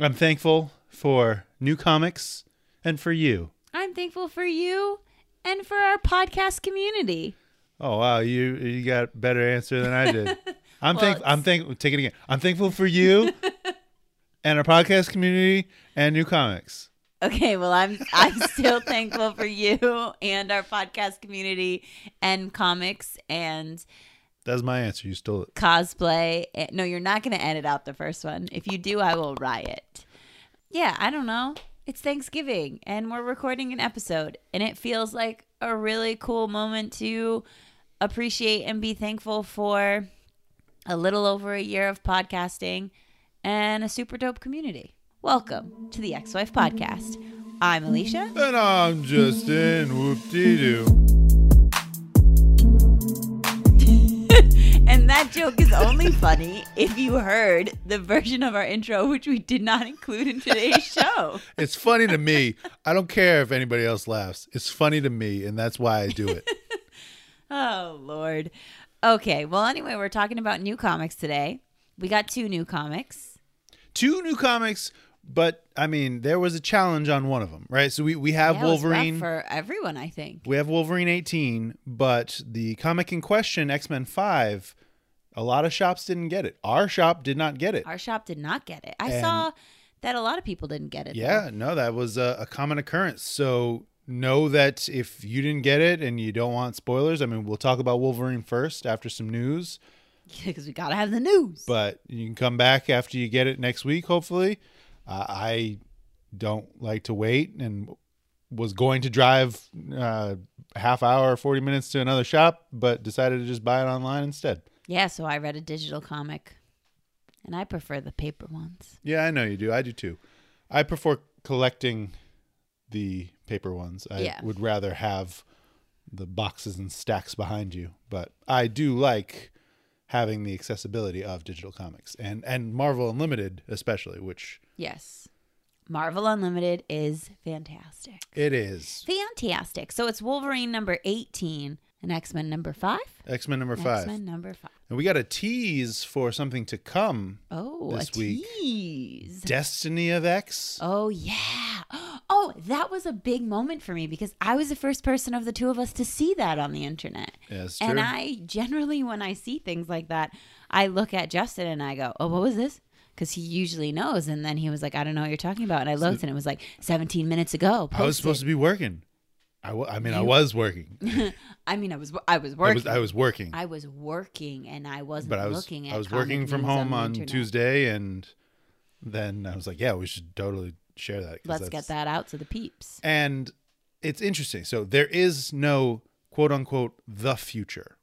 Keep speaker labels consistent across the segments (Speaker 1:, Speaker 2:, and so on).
Speaker 1: I'm thankful for new comics and for you.
Speaker 2: I'm thankful for you and for our podcast community.
Speaker 1: Oh wow, you you got a better answer than I did. I'm
Speaker 2: Well,
Speaker 1: thank I'm thank take it again. I'm thankful for you and our podcast community and new comics.
Speaker 2: Okay, well I'm I'm still thankful for you and our podcast community and comics and
Speaker 1: That's my answer. You stole it.
Speaker 2: cosplay. Eh, No, you're not going to edit out the first one. If you do, I will riot. Yeah, I don't know. It's Thanksgiving and we're recording an episode, and it feels like a really cool moment to appreciate and be thankful for a little over a year of podcasting and a super dope community. Welcome to the Ex Wife Podcast. I'm Alicia.
Speaker 1: And I'm Justin. Whoop dee doo.
Speaker 2: And that joke is only funny if you heard the version of our intro, which we did not include in today's show.
Speaker 1: It's funny to me. I don't care if anybody else laughs. It's funny to me, and that's why I do it.
Speaker 2: Oh, Lord. Okay. Well, anyway, we're talking about new comics today. We got two new comics.
Speaker 1: Two new comics, but I mean, there was a challenge on one of them, right? So we we have
Speaker 2: Yeah, it was rough
Speaker 1: Wolverine.
Speaker 2: for everyone, I think.
Speaker 1: We have Wolverine 18, but the comic in question, X Men 5, a lot of shops didn't get it. Our shop did not get it.
Speaker 2: Our shop did not get it. I
Speaker 1: And-
Speaker 2: saw that a lot of people didn't get it. though.
Speaker 1: Yeah, no, that was a, a common occurrence. So know that if you didn't get it and you don't want spoilers, I mean, we'll talk about Wolverine first after some news,
Speaker 2: Because we got to have the news.
Speaker 1: but you can come back after you get it next week, hopefully. Uh, I don't like to wait and was going to drive uh, half hour or 40 minutes to another shop, but decided to just buy it online instead.
Speaker 2: yeah. So I read a digital comic, and I prefer the paper ones.
Speaker 1: Yeah, I know you do. I do too. I prefer collecting the paper ones. I
Speaker 2: Yeah.
Speaker 1: would rather have the boxes and stacks behind you, but I do like having the accessibility of digital comics and and Marvel Unlimited especially, which
Speaker 2: Yes. Marvel Unlimited is fantastic.
Speaker 1: it is.
Speaker 2: Fantastic. So it's Wolverine number 18 and X Men number five.
Speaker 1: X-Men number 5.
Speaker 2: X Men number five.
Speaker 1: And we got a tease for something to come.
Speaker 2: Oh,
Speaker 1: This
Speaker 2: a
Speaker 1: week.
Speaker 2: tease.
Speaker 1: Destiny of X.
Speaker 2: Oh yeah. Oh, that was a big moment for me because I was the first person of the two of us to see that on the internet.
Speaker 1: Yeah, it's
Speaker 2: And
Speaker 1: true.
Speaker 2: I generally when I see things like that, I look at Justin and I go, "Oh, what was this?" Cuz he usually knows and then he was like, "I don't know what you're talking about." And I looked and it was like 17 minutes ago.
Speaker 1: I was
Speaker 2: posted.
Speaker 1: supposed to be working. I wa- I mean, I was working.
Speaker 2: I mean, I was I was
Speaker 1: I
Speaker 2: working.
Speaker 1: was I was working.
Speaker 2: I was working and I wasn't
Speaker 1: but I was
Speaker 2: looking at
Speaker 1: I was
Speaker 2: comic
Speaker 1: working from
Speaker 2: news
Speaker 1: home
Speaker 2: the
Speaker 1: on,
Speaker 2: internet.
Speaker 1: Tuesday, and then I was like, yeah, we should totally share that. 'cause
Speaker 2: Let's
Speaker 1: that's-
Speaker 2: get that out to the peeps.
Speaker 1: And it's interesting. So there is no quote unquote the future.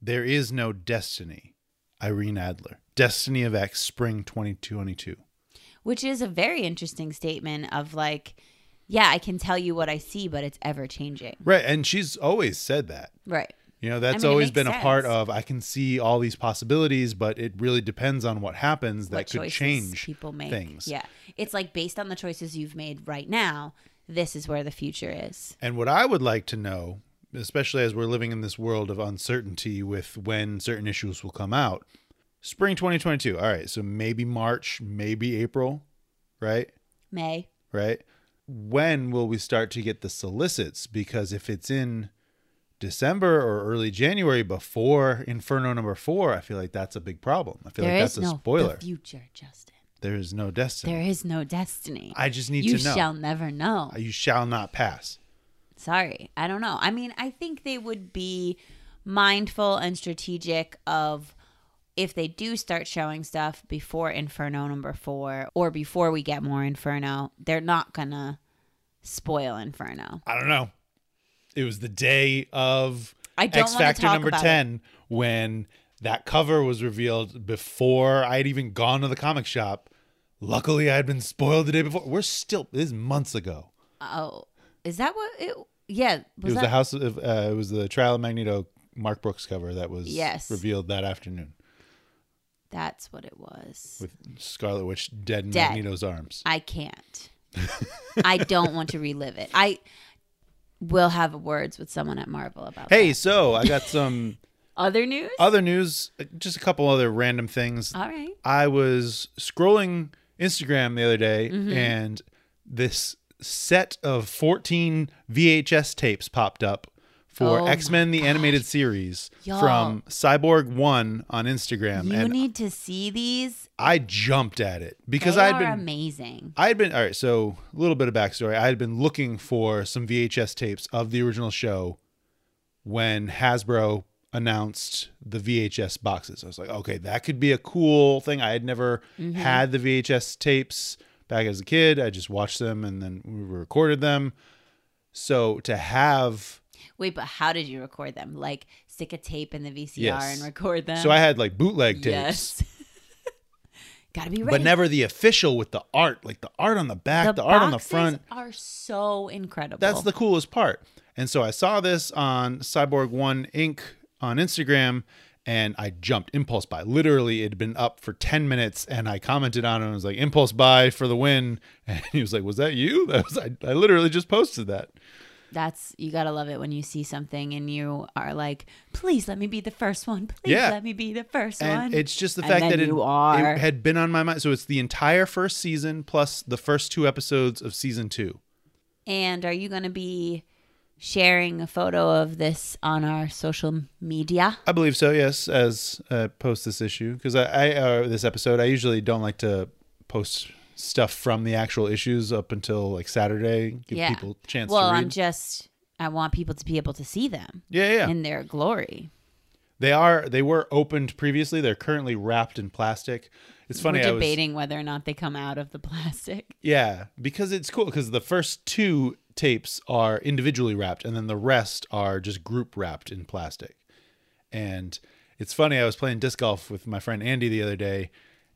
Speaker 1: There is no destiny. Irene Adler, Destiny of X, Spring 2022.
Speaker 2: which is a very interesting statement of like yeah i can tell you what i see but it's ever changing
Speaker 1: Right, and she's always said that.
Speaker 2: right
Speaker 1: You know, that's
Speaker 2: mean, it
Speaker 1: always
Speaker 2: makes
Speaker 1: been a part
Speaker 2: sense.
Speaker 1: of I can see all these possibilities, but it really depends on what happens that
Speaker 2: what
Speaker 1: could
Speaker 2: choices
Speaker 1: change
Speaker 2: people make
Speaker 1: things.
Speaker 2: yeah it's like based on the choices you've made right now this is where the future is
Speaker 1: And what I would like to know, especially as we're living in this world of uncertainty with when certain issues will come out, spring 2022. All right, so maybe March, maybe April, right?
Speaker 2: may
Speaker 1: Right? When will we start to get the solicits? Because if it's in December or early January before Inferno number four, I feel like that's a big problem. I feel
Speaker 2: There is
Speaker 1: like that's a
Speaker 2: no
Speaker 1: spoiler.
Speaker 2: the future justin
Speaker 1: there is no destiny.
Speaker 2: there is no destiny
Speaker 1: I just need
Speaker 2: you
Speaker 1: to know.
Speaker 2: shall never know
Speaker 1: you shall not pass.
Speaker 2: Sorry, I don't know. I mean, I think they would be mindful and strategic of if they do start showing stuff before Inferno number four or before we get more Inferno, they're not gonna spoil Inferno.
Speaker 1: I don't know. It was the day of
Speaker 2: I don't
Speaker 1: X
Speaker 2: wanna
Speaker 1: Factor
Speaker 2: talk
Speaker 1: number
Speaker 2: about
Speaker 1: 10 when that cover was revealed before I had even gone to the comic shop. Luckily, I had been spoiled the day before. We're still, this is months ago.
Speaker 2: Oh, is that what it? Yeah,
Speaker 1: it was
Speaker 2: that,
Speaker 1: the House of, uh, it was the Trial of Magneto Mark Brooks cover that was
Speaker 2: Yes.
Speaker 1: revealed that afternoon
Speaker 2: that's what it was.
Speaker 1: with Scarlet Witch dead in
Speaker 2: Dead.
Speaker 1: Magneto's arms.
Speaker 2: I can't. I don't want to relive it. I will have words with someone at Marvel about that.
Speaker 1: Hey, so I got some
Speaker 2: other news.
Speaker 1: other news, just a couple other random things
Speaker 2: All right.
Speaker 1: I was scrolling Instagram the other day,
Speaker 2: Mm-hmm.
Speaker 1: and this set of 14 VHS tapes popped up for
Speaker 2: Oh
Speaker 1: X Men the Animated Series
Speaker 2: Y'all.
Speaker 1: from Cyborg One on Instagram,
Speaker 2: You
Speaker 1: Um, and
Speaker 2: need to see these.
Speaker 1: I jumped at it because
Speaker 2: They
Speaker 1: I'd
Speaker 2: are
Speaker 1: been
Speaker 2: amazing.
Speaker 1: I had been all right. So a little bit of backstory. I had been looking for some VHS tapes of the original show when Hasbro announced the VHS boxes. I was like, okay, that could be a cool thing. I had never
Speaker 2: Mm-hmm.
Speaker 1: had the VHS tapes back as a kid. I just watched them and then we recorded them. So to have
Speaker 2: Wait, but how did you record them? Like stick a tape in the VCR
Speaker 1: Yes.
Speaker 2: and record them?
Speaker 1: so I had like bootleg tapes.
Speaker 2: Yes. Gotta be ready.
Speaker 1: But never the official with the art, like the art on the back, the art on the
Speaker 2: boxes
Speaker 1: front.
Speaker 2: are so incredible.
Speaker 1: That's the coolest part. And so I saw this on Cyborg One Inc. on Instagram, and I jumped impulse buy. Literally, it had been up for ten minutes, and I commented on it. and was like, "Impulse buy for the win!" And he was like, "Was that you?" That was I. I literally just posted that.
Speaker 2: that's you gotta love it when you see something and you are like, please let me be the first one. Please
Speaker 1: Yeah.
Speaker 2: let me be the first
Speaker 1: And
Speaker 2: one.
Speaker 1: it's just the
Speaker 2: And
Speaker 1: fact
Speaker 2: then
Speaker 1: that it,
Speaker 2: you are.
Speaker 1: it had been on my mind. So it's the entire first season plus the first two episodes of season two.
Speaker 2: and are you gonna be sharing a photo of this on our social media?
Speaker 1: I believe so. Yes, as uh, post this issue because I, I uh, this episode I usually don't like to post stuff from the actual issues up until like Saturday. Give
Speaker 2: Yeah.
Speaker 1: people a chance
Speaker 2: Well,
Speaker 1: to read.
Speaker 2: I'm just I want people to be able to see them
Speaker 1: yeah, yeah.
Speaker 2: in their glory.
Speaker 1: they are. They were opened previously. They're currently wrapped in plastic. It's funny.
Speaker 2: We're
Speaker 1: I was,
Speaker 2: debating whether or not they come out of the plastic.
Speaker 1: yeah, because it's cool because the first two tapes are individually wrapped, and then the rest are just group wrapped in plastic. And it's funny, I was playing disc golf with my friend Andy the other day,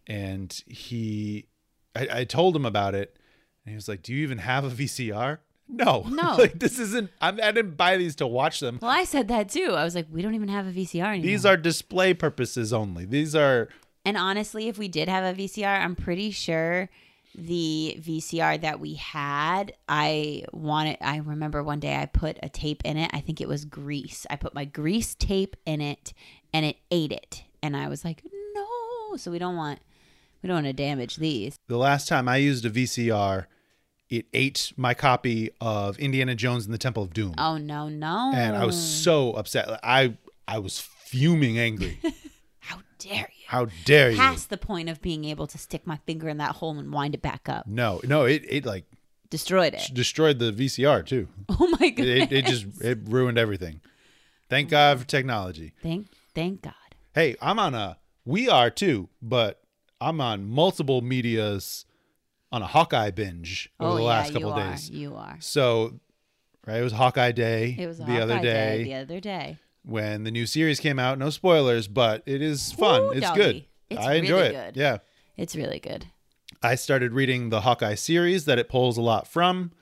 Speaker 1: and he, I, I told him about it, and he was like, Do you even have a VCR? No.
Speaker 2: No.
Speaker 1: like, this isn't, I'm, I didn't buy these to watch them.
Speaker 2: Well, I said that too. I was like, we don't even have a VCR anymore.
Speaker 1: These are display purposes only. These are,
Speaker 2: and honestly, if we did have a VCR, I'm pretty sure the VCR that we had, I wanted I remember one day I put a tape in it. I think it was grease. I put my grease tape in it and it ate it. And I was like, "No." So we don't want we don't want to damage these.
Speaker 1: the last time I used a VCR, it ate my copy of Indiana Jones and the Temple of Doom.
Speaker 2: Oh no, no.
Speaker 1: and I was
Speaker 2: Mm.
Speaker 1: so upset. Like, I I was fuming angry.
Speaker 2: How dare you?
Speaker 1: How dare you?
Speaker 2: Past the point of being able to stick my finger in that hole and wind it back up.
Speaker 1: No, no, it it like
Speaker 2: Destroyed it.
Speaker 1: destroyed the VCR too.
Speaker 2: Oh my god.
Speaker 1: It it just it ruined everything. Thank God for technology.
Speaker 2: Thank thank God.
Speaker 1: Hey, I'm on a we are too, but I'm on multiple medias on a Hawkeye binge over the last couple
Speaker 2: Oh, you
Speaker 1: of
Speaker 2: are.
Speaker 1: days.
Speaker 2: You are.
Speaker 1: So right, it was Hawkeye Day
Speaker 2: It was a
Speaker 1: the other
Speaker 2: Hawkeye
Speaker 1: day,
Speaker 2: The other day.
Speaker 1: when the new series came out. No spoilers, but it is fun.
Speaker 2: Ooh,
Speaker 1: it's
Speaker 2: doggy.
Speaker 1: good.
Speaker 2: It's
Speaker 1: I enjoy
Speaker 2: really
Speaker 1: it.
Speaker 2: good.
Speaker 1: Yeah.
Speaker 2: It's really good.
Speaker 1: I started reading the Hawkeye series that it pulls a lot from.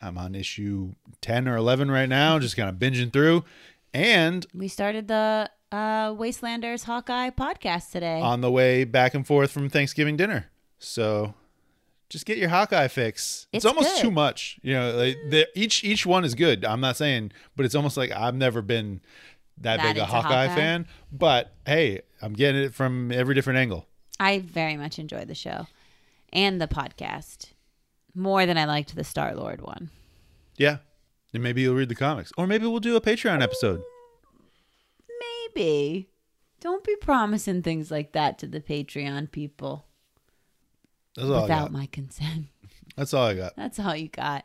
Speaker 1: I'm on issue 10 or 11 right now,
Speaker 2: Mm-hmm.
Speaker 1: just kind of binging through. And
Speaker 2: We started the uh, Wastelanders Hawkeye podcast today.
Speaker 1: on the way back and forth from Thanksgiving dinner. So just get your Hawkeye fix. It's,
Speaker 2: It's
Speaker 1: almost
Speaker 2: good. Mm.
Speaker 1: too much. You know, like the, each each one is good. I'm not saying, but it's almost like I've never been that,
Speaker 2: That
Speaker 1: big a
Speaker 2: into
Speaker 1: Hawkeye,
Speaker 2: Hawkeye?
Speaker 1: fan. But hey, I'm getting it from every different angle.
Speaker 2: I very much enjoyed the show and the podcast more than I liked the Star Lord one.
Speaker 1: Yeah. And maybe you'll read the comics. Or maybe we'll do a Patreon episode.
Speaker 2: Maybe. Don't be promising things like that to the Patreon people
Speaker 1: That's all I
Speaker 2: without
Speaker 1: got.
Speaker 2: my consent.
Speaker 1: That's all I got.
Speaker 2: That's all you got.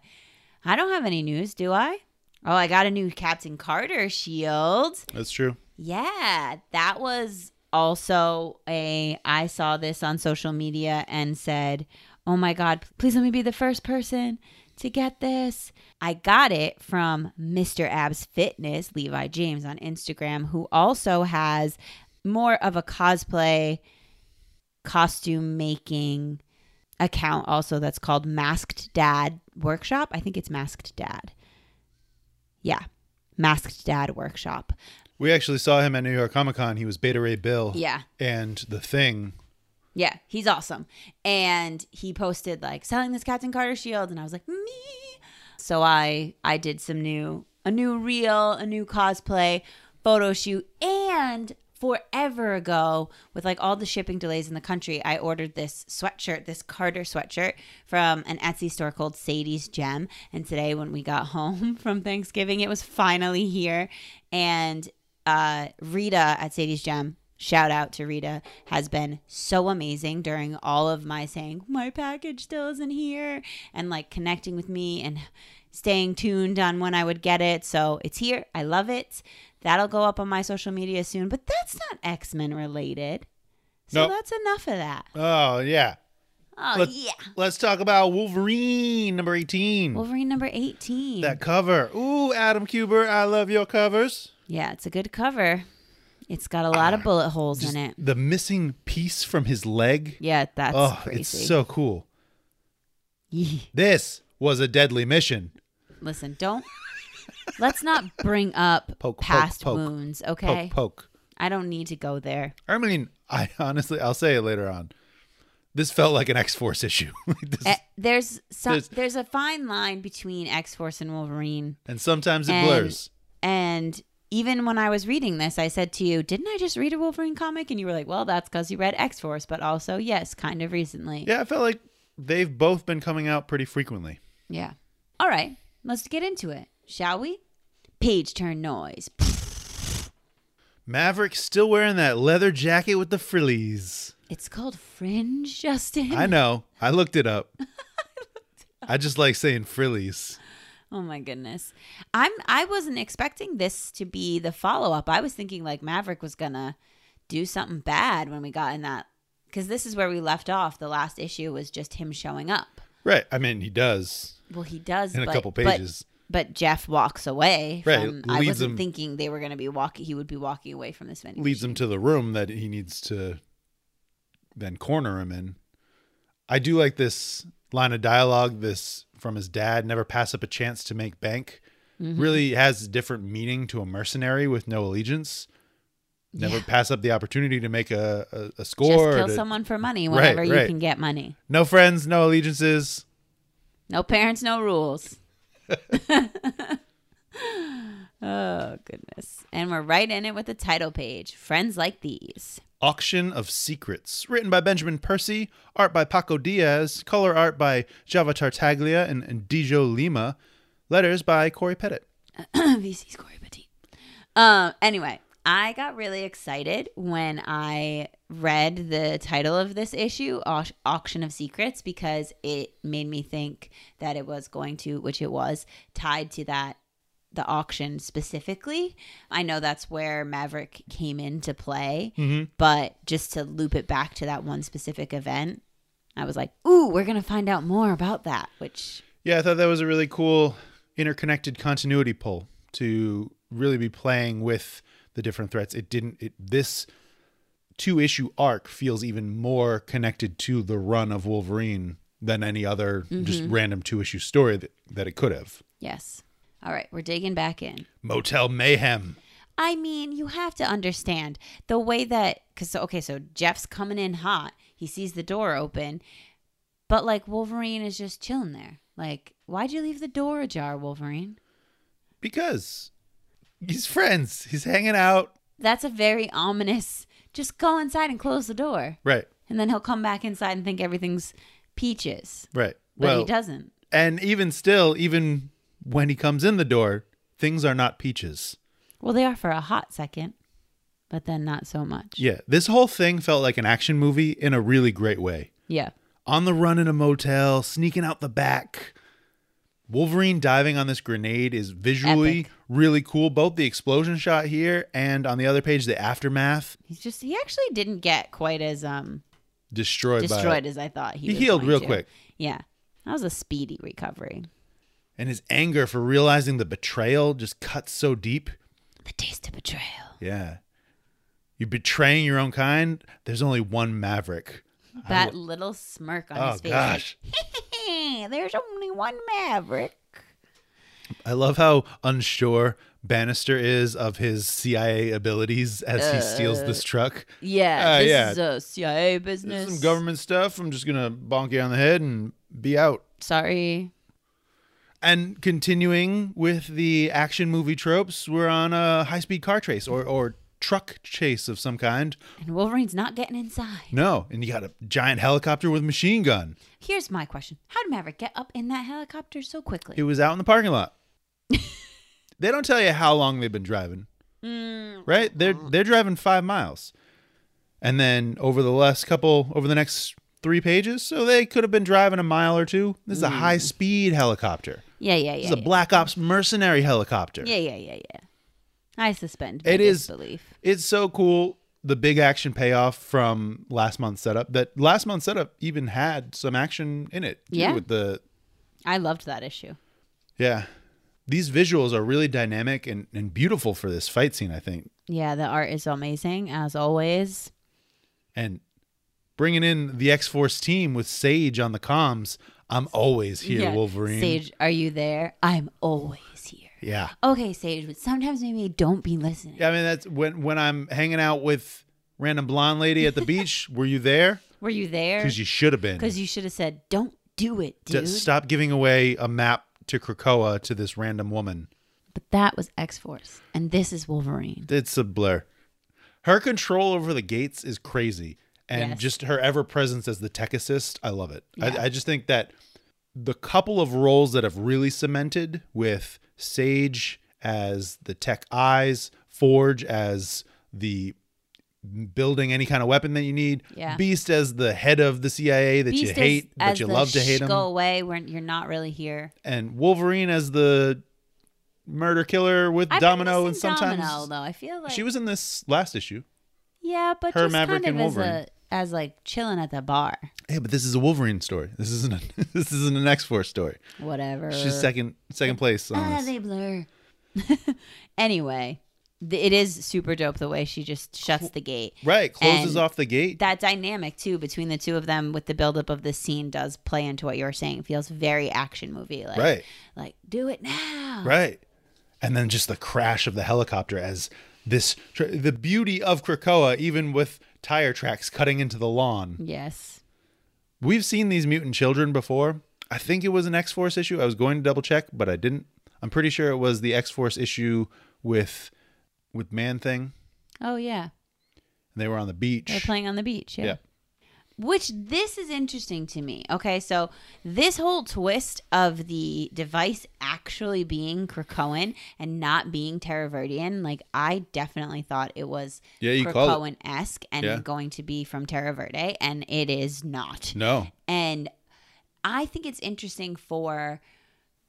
Speaker 2: I don't have any news, do I? Oh, I got a new Captain Carter shield.
Speaker 1: That's true.
Speaker 2: Yeah, that was also a I saw this on social media and said, "Oh my god, please let me be the first person to get this." I got it from Mr. Abs Fitness, Levi James on Instagram, who also has more of a cosplay costume making account also that's called Masked Dad Workshop. I think it's Masked Dad. Yeah. Masked Dad Workshop.
Speaker 1: We actually saw him at New York Comic Con. He was Beta Ray Bill.
Speaker 2: Yeah.
Speaker 1: And the thing.
Speaker 2: Yeah, he's awesome. And he posted like selling this Captain Carter shield and I was like, "Me." So I I did some new a new reel, a new cosplay photo shoot and forever ago with like all the shipping delays in the country i ordered this sweatshirt this carter sweatshirt from an etsy store called sadie's gem and today when we got home from thanksgiving it was finally here and uh, rita at sadie's gem shout out to rita has been so amazing during all of my saying my package still isn't here and like connecting with me and staying tuned on when I would get it. So it's here. I love it. That'll go up on my social media soon, but that's not X Men related. So
Speaker 1: Nope.
Speaker 2: that's enough of that.
Speaker 1: Oh yeah.
Speaker 2: Oh,
Speaker 1: Let's-
Speaker 2: yeah.
Speaker 1: Let's talk about Wolverine number eighteen.
Speaker 2: Wolverine number 18.
Speaker 1: That cover. Ooh, Adam Cuber, I love your covers.
Speaker 2: yeah, it's a good cover. It's got a lot of bullet holes
Speaker 1: Ah. Just
Speaker 2: in it.
Speaker 1: The missing piece from his leg.
Speaker 2: Yeah, that's
Speaker 1: oh,
Speaker 2: crazy.
Speaker 1: it's so cool. This was a deadly mission.
Speaker 2: Listen, don't. Let's not bring up
Speaker 1: Poke, poke,
Speaker 2: past
Speaker 1: poke.
Speaker 2: wounds, okay?
Speaker 1: Poke, poke.
Speaker 2: I don't need to go there.
Speaker 1: I mean, I honestly, I'll say it later on. This felt like an X Force issue. Like this-
Speaker 2: Eh, There's some.
Speaker 1: There's-
Speaker 2: there's a fine line between X Force and Wolverine.
Speaker 1: and sometimes it
Speaker 2: and-
Speaker 1: blurs.
Speaker 2: And even when I was reading this, I said to you, Didn't I just read a Wolverine comic? And you were like, Well, that's because you read X Force, but also, yes, kind of recently.
Speaker 1: Yeah, I felt like they've both been coming out pretty frequently.
Speaker 2: Yeah. All right, let's get into it, shall we? Page turn noise.
Speaker 1: Maverick still wearing that leather jacket with the frillies.
Speaker 2: It's called Fringe, Justin.
Speaker 1: I know. I looked it up. I just like saying frillies.
Speaker 2: Oh my goodness. I'm I wasn't expecting this to be the follow up. I was thinking like Maverick was gonna do something bad when we got in that because this is where we left off. The last issue was just him showing up.
Speaker 1: Right. I mean, he does
Speaker 2: Well, he does
Speaker 1: in a
Speaker 2: but-
Speaker 1: couple
Speaker 2: but-
Speaker 1: pages.
Speaker 2: But Jeff walks away.
Speaker 1: Right,
Speaker 2: From, I
Speaker 1: leads
Speaker 2: wasn't
Speaker 1: him-
Speaker 2: thinking they were going to be walking. He would be walking away from this vending.
Speaker 1: leads him to the room that he needs to then corner him in. I do like this line of dialogue, this from his dad, never pass up a chance to make bank.
Speaker 2: Mm-hmm.
Speaker 1: Really has a different meaning to a mercenary with no allegiance. Never
Speaker 2: Yeah.
Speaker 1: pass up the opportunity to make a, a, a
Speaker 2: Just
Speaker 1: score.
Speaker 2: kill
Speaker 1: to-
Speaker 2: someone for money
Speaker 1: Right,
Speaker 2: whenever you
Speaker 1: right.
Speaker 2: can get money.
Speaker 1: No friends, no allegiances.
Speaker 2: No parents, no rules. oh goodness! And we're right in it with the title page. Friends like these.
Speaker 1: Auction of Secrets, written by Benjamin Percy, art by Paco Diaz, color art by Java Tartaglia and, and Dijo Lima, letters by Corey Pettit.
Speaker 2: VC's Corey Petit. Um. Anyway, I got really excited when I read the title of this issue, Au- "Auction of Secrets," because it made me think that it was going to, which it was, tied to that the auction specifically. I know that's where Maverick came into play, but just to loop it back to that one specific event, I was like, "Ooh, we're gonna find out more about that." Which
Speaker 1: Yeah, I thought that was a really cool interconnected continuity pull to really be playing with the different threats. It didn't it this two issue arc feels even more connected to the run of Wolverine than any other just
Speaker 2: Mm-hmm.
Speaker 1: random two issue story that, that it could have.
Speaker 2: yes, all right, we're digging back in.
Speaker 1: Motel Mayhem.
Speaker 2: I mean, you have to understand the way that because okay, so Jeff's coming in hot. He sees the door open, but like Wolverine is just chilling there. Like, why'd you leave the door ajar, Wolverine?
Speaker 1: Because he's friends. He's hanging out.
Speaker 2: That's a very ominous. Just go inside and close the door,
Speaker 1: Right,
Speaker 2: and then he'll come back inside and think everything's peaches,
Speaker 1: right.
Speaker 2: but
Speaker 1: Well,
Speaker 2: he doesn't.
Speaker 1: and even still, even when he comes in the door, things are not peaches.
Speaker 2: Well, they are for a hot second, but then not so much.
Speaker 1: Yeah, this whole thing felt like an action movie in a really great way.
Speaker 2: Yeah.
Speaker 1: On the run in a motel, sneaking out the back. Wolverine diving on this grenade is visually
Speaker 2: Epic.
Speaker 1: really cool. Both the explosion shot here and on the other page, the aftermath
Speaker 2: He's just he actually didn't get quite as um
Speaker 1: destroyed, by
Speaker 2: destroyed as I thought. He,
Speaker 1: He
Speaker 2: was
Speaker 1: healed
Speaker 2: going
Speaker 1: real
Speaker 2: to.
Speaker 1: quick.
Speaker 2: Yeah, that was a speedy recovery.
Speaker 1: And his anger for realizing the betrayal just cuts so deep.
Speaker 2: The taste of betrayal.
Speaker 1: Yeah. You're betraying your own kind. There's only one Maverick.
Speaker 2: That little smirk on
Speaker 1: Oh,
Speaker 2: his face.
Speaker 1: gosh.
Speaker 2: like, There's only one Maverick.
Speaker 1: I love how unsure Bannister is of his CIA abilities as he steals this truck.
Speaker 2: Yeah,
Speaker 1: Uh,
Speaker 2: this
Speaker 1: yeah.
Speaker 2: is a CIA
Speaker 1: This
Speaker 2: business.
Speaker 1: is some government stuff. I'm just going to bonk you on the head and be out.
Speaker 2: Sorry.
Speaker 1: And continuing with the action movie tropes, we're on a high speed car chase or, or truck chase of some kind.
Speaker 2: And Wolverine's not getting inside.
Speaker 1: No, and you got a giant helicopter with a machine gun.
Speaker 2: Here's my question How did Maverick get up in that helicopter so quickly?
Speaker 1: It was out in the parking lot. they don't tell you how long they've been driving.
Speaker 2: Mm.
Speaker 1: Right? They're they're driving five miles. And then over the last couple over the next three pages, so they could have been driving a mile or two. This is a high speed helicopter.
Speaker 2: yeah, yeah, yeah.
Speaker 1: This is a
Speaker 2: Mm. yeah.
Speaker 1: black ops mercenary helicopter.
Speaker 2: yeah, yeah, yeah, yeah. I suspend my
Speaker 1: It is-
Speaker 2: disbelief.
Speaker 1: It's so cool. The big action payoff from last month's setup that last month's setup even had some action in it. too,
Speaker 2: Yeah.
Speaker 1: With the
Speaker 2: I loved that issue.
Speaker 1: yeah. These visuals are really dynamic and, and beautiful for this fight scene, I think.
Speaker 2: Yeah, the art is amazing as always.
Speaker 1: And bringing in the X Force team with Sage on the comms, I'm always here,
Speaker 2: Yeah.
Speaker 1: Wolverine.
Speaker 2: Sage, are you there? I'm always here.
Speaker 1: Yeah.
Speaker 2: Okay, Sage, but sometimes maybe don't be listening.
Speaker 1: Yeah, I mean that's when when I'm hanging out with random blonde lady at the beach, were you there?
Speaker 2: Were you there?
Speaker 1: Because you should have been.
Speaker 2: Because you should have said, don't do it,
Speaker 1: D-
Speaker 2: dude.
Speaker 1: Stop giving away a map to Krakoa to this random woman.
Speaker 2: But that was X Force, and this is Wolverine.
Speaker 1: It's a blur. Her control over the gates is crazy. And
Speaker 2: Yes.
Speaker 1: just her ever presence as the tech assist, I love it. I, I just think that the couple of roles that have really cemented with Sage as the tech eyes, Forge as the building any kind of weapon that you need,
Speaker 2: Yeah.
Speaker 1: Beast as the head of the CIA that you
Speaker 2: Beast
Speaker 1: hate,
Speaker 2: is,
Speaker 1: but
Speaker 2: as
Speaker 1: you
Speaker 2: the
Speaker 1: love to hate
Speaker 2: "Shh,
Speaker 1: him,
Speaker 2: Go away. We're, you're not really here.
Speaker 1: and Wolverine as the murder killer with
Speaker 2: I've been
Speaker 1: Domino,
Speaker 2: missing
Speaker 1: and sometimes
Speaker 2: Domino though. I feel like
Speaker 1: she was in this last issue.
Speaker 2: Yeah, but
Speaker 1: her
Speaker 2: just
Speaker 1: Maverick
Speaker 2: kind
Speaker 1: and
Speaker 2: of as
Speaker 1: Wolverine.
Speaker 2: a as like chilling at the bar,
Speaker 1: Yeah, but this is a Wolverine story. This isn't a, this isn't an X Force story.
Speaker 2: whatever.
Speaker 1: She's second second place
Speaker 2: Ah,
Speaker 1: on this.
Speaker 2: they blur. anyway, th- it is super dope the way she just shuts the gate.
Speaker 1: Right, closes
Speaker 2: And
Speaker 1: off the gate.
Speaker 2: That dynamic too between the two of them with the buildup of this scene does play into what you were saying. It feels very action movie, like
Speaker 1: Right.
Speaker 2: like do it now.
Speaker 1: right, and then just the crash of the helicopter as this tr- the beauty of Krakoa, even with tire tracks cutting into the lawn.
Speaker 2: Yes.
Speaker 1: We've seen these mutant children before. I think it was an X Force issue. I was going to double check, but I didn't. I'm pretty sure it was the X Force issue with with Man Thing.
Speaker 2: Oh yeah.
Speaker 1: They were on the beach.
Speaker 2: They're playing on the beach.
Speaker 1: yeah.
Speaker 2: Which this is interesting to me. Okay, so this whole twist of the device actually being Krakoan and not being Terraverdian, like I definitely thought it was
Speaker 1: Yeah, you called it.
Speaker 2: Krakoan esque and
Speaker 1: Yeah.
Speaker 2: going to be from Terra Verde, and it is not.
Speaker 1: No.
Speaker 2: And I think it's interesting for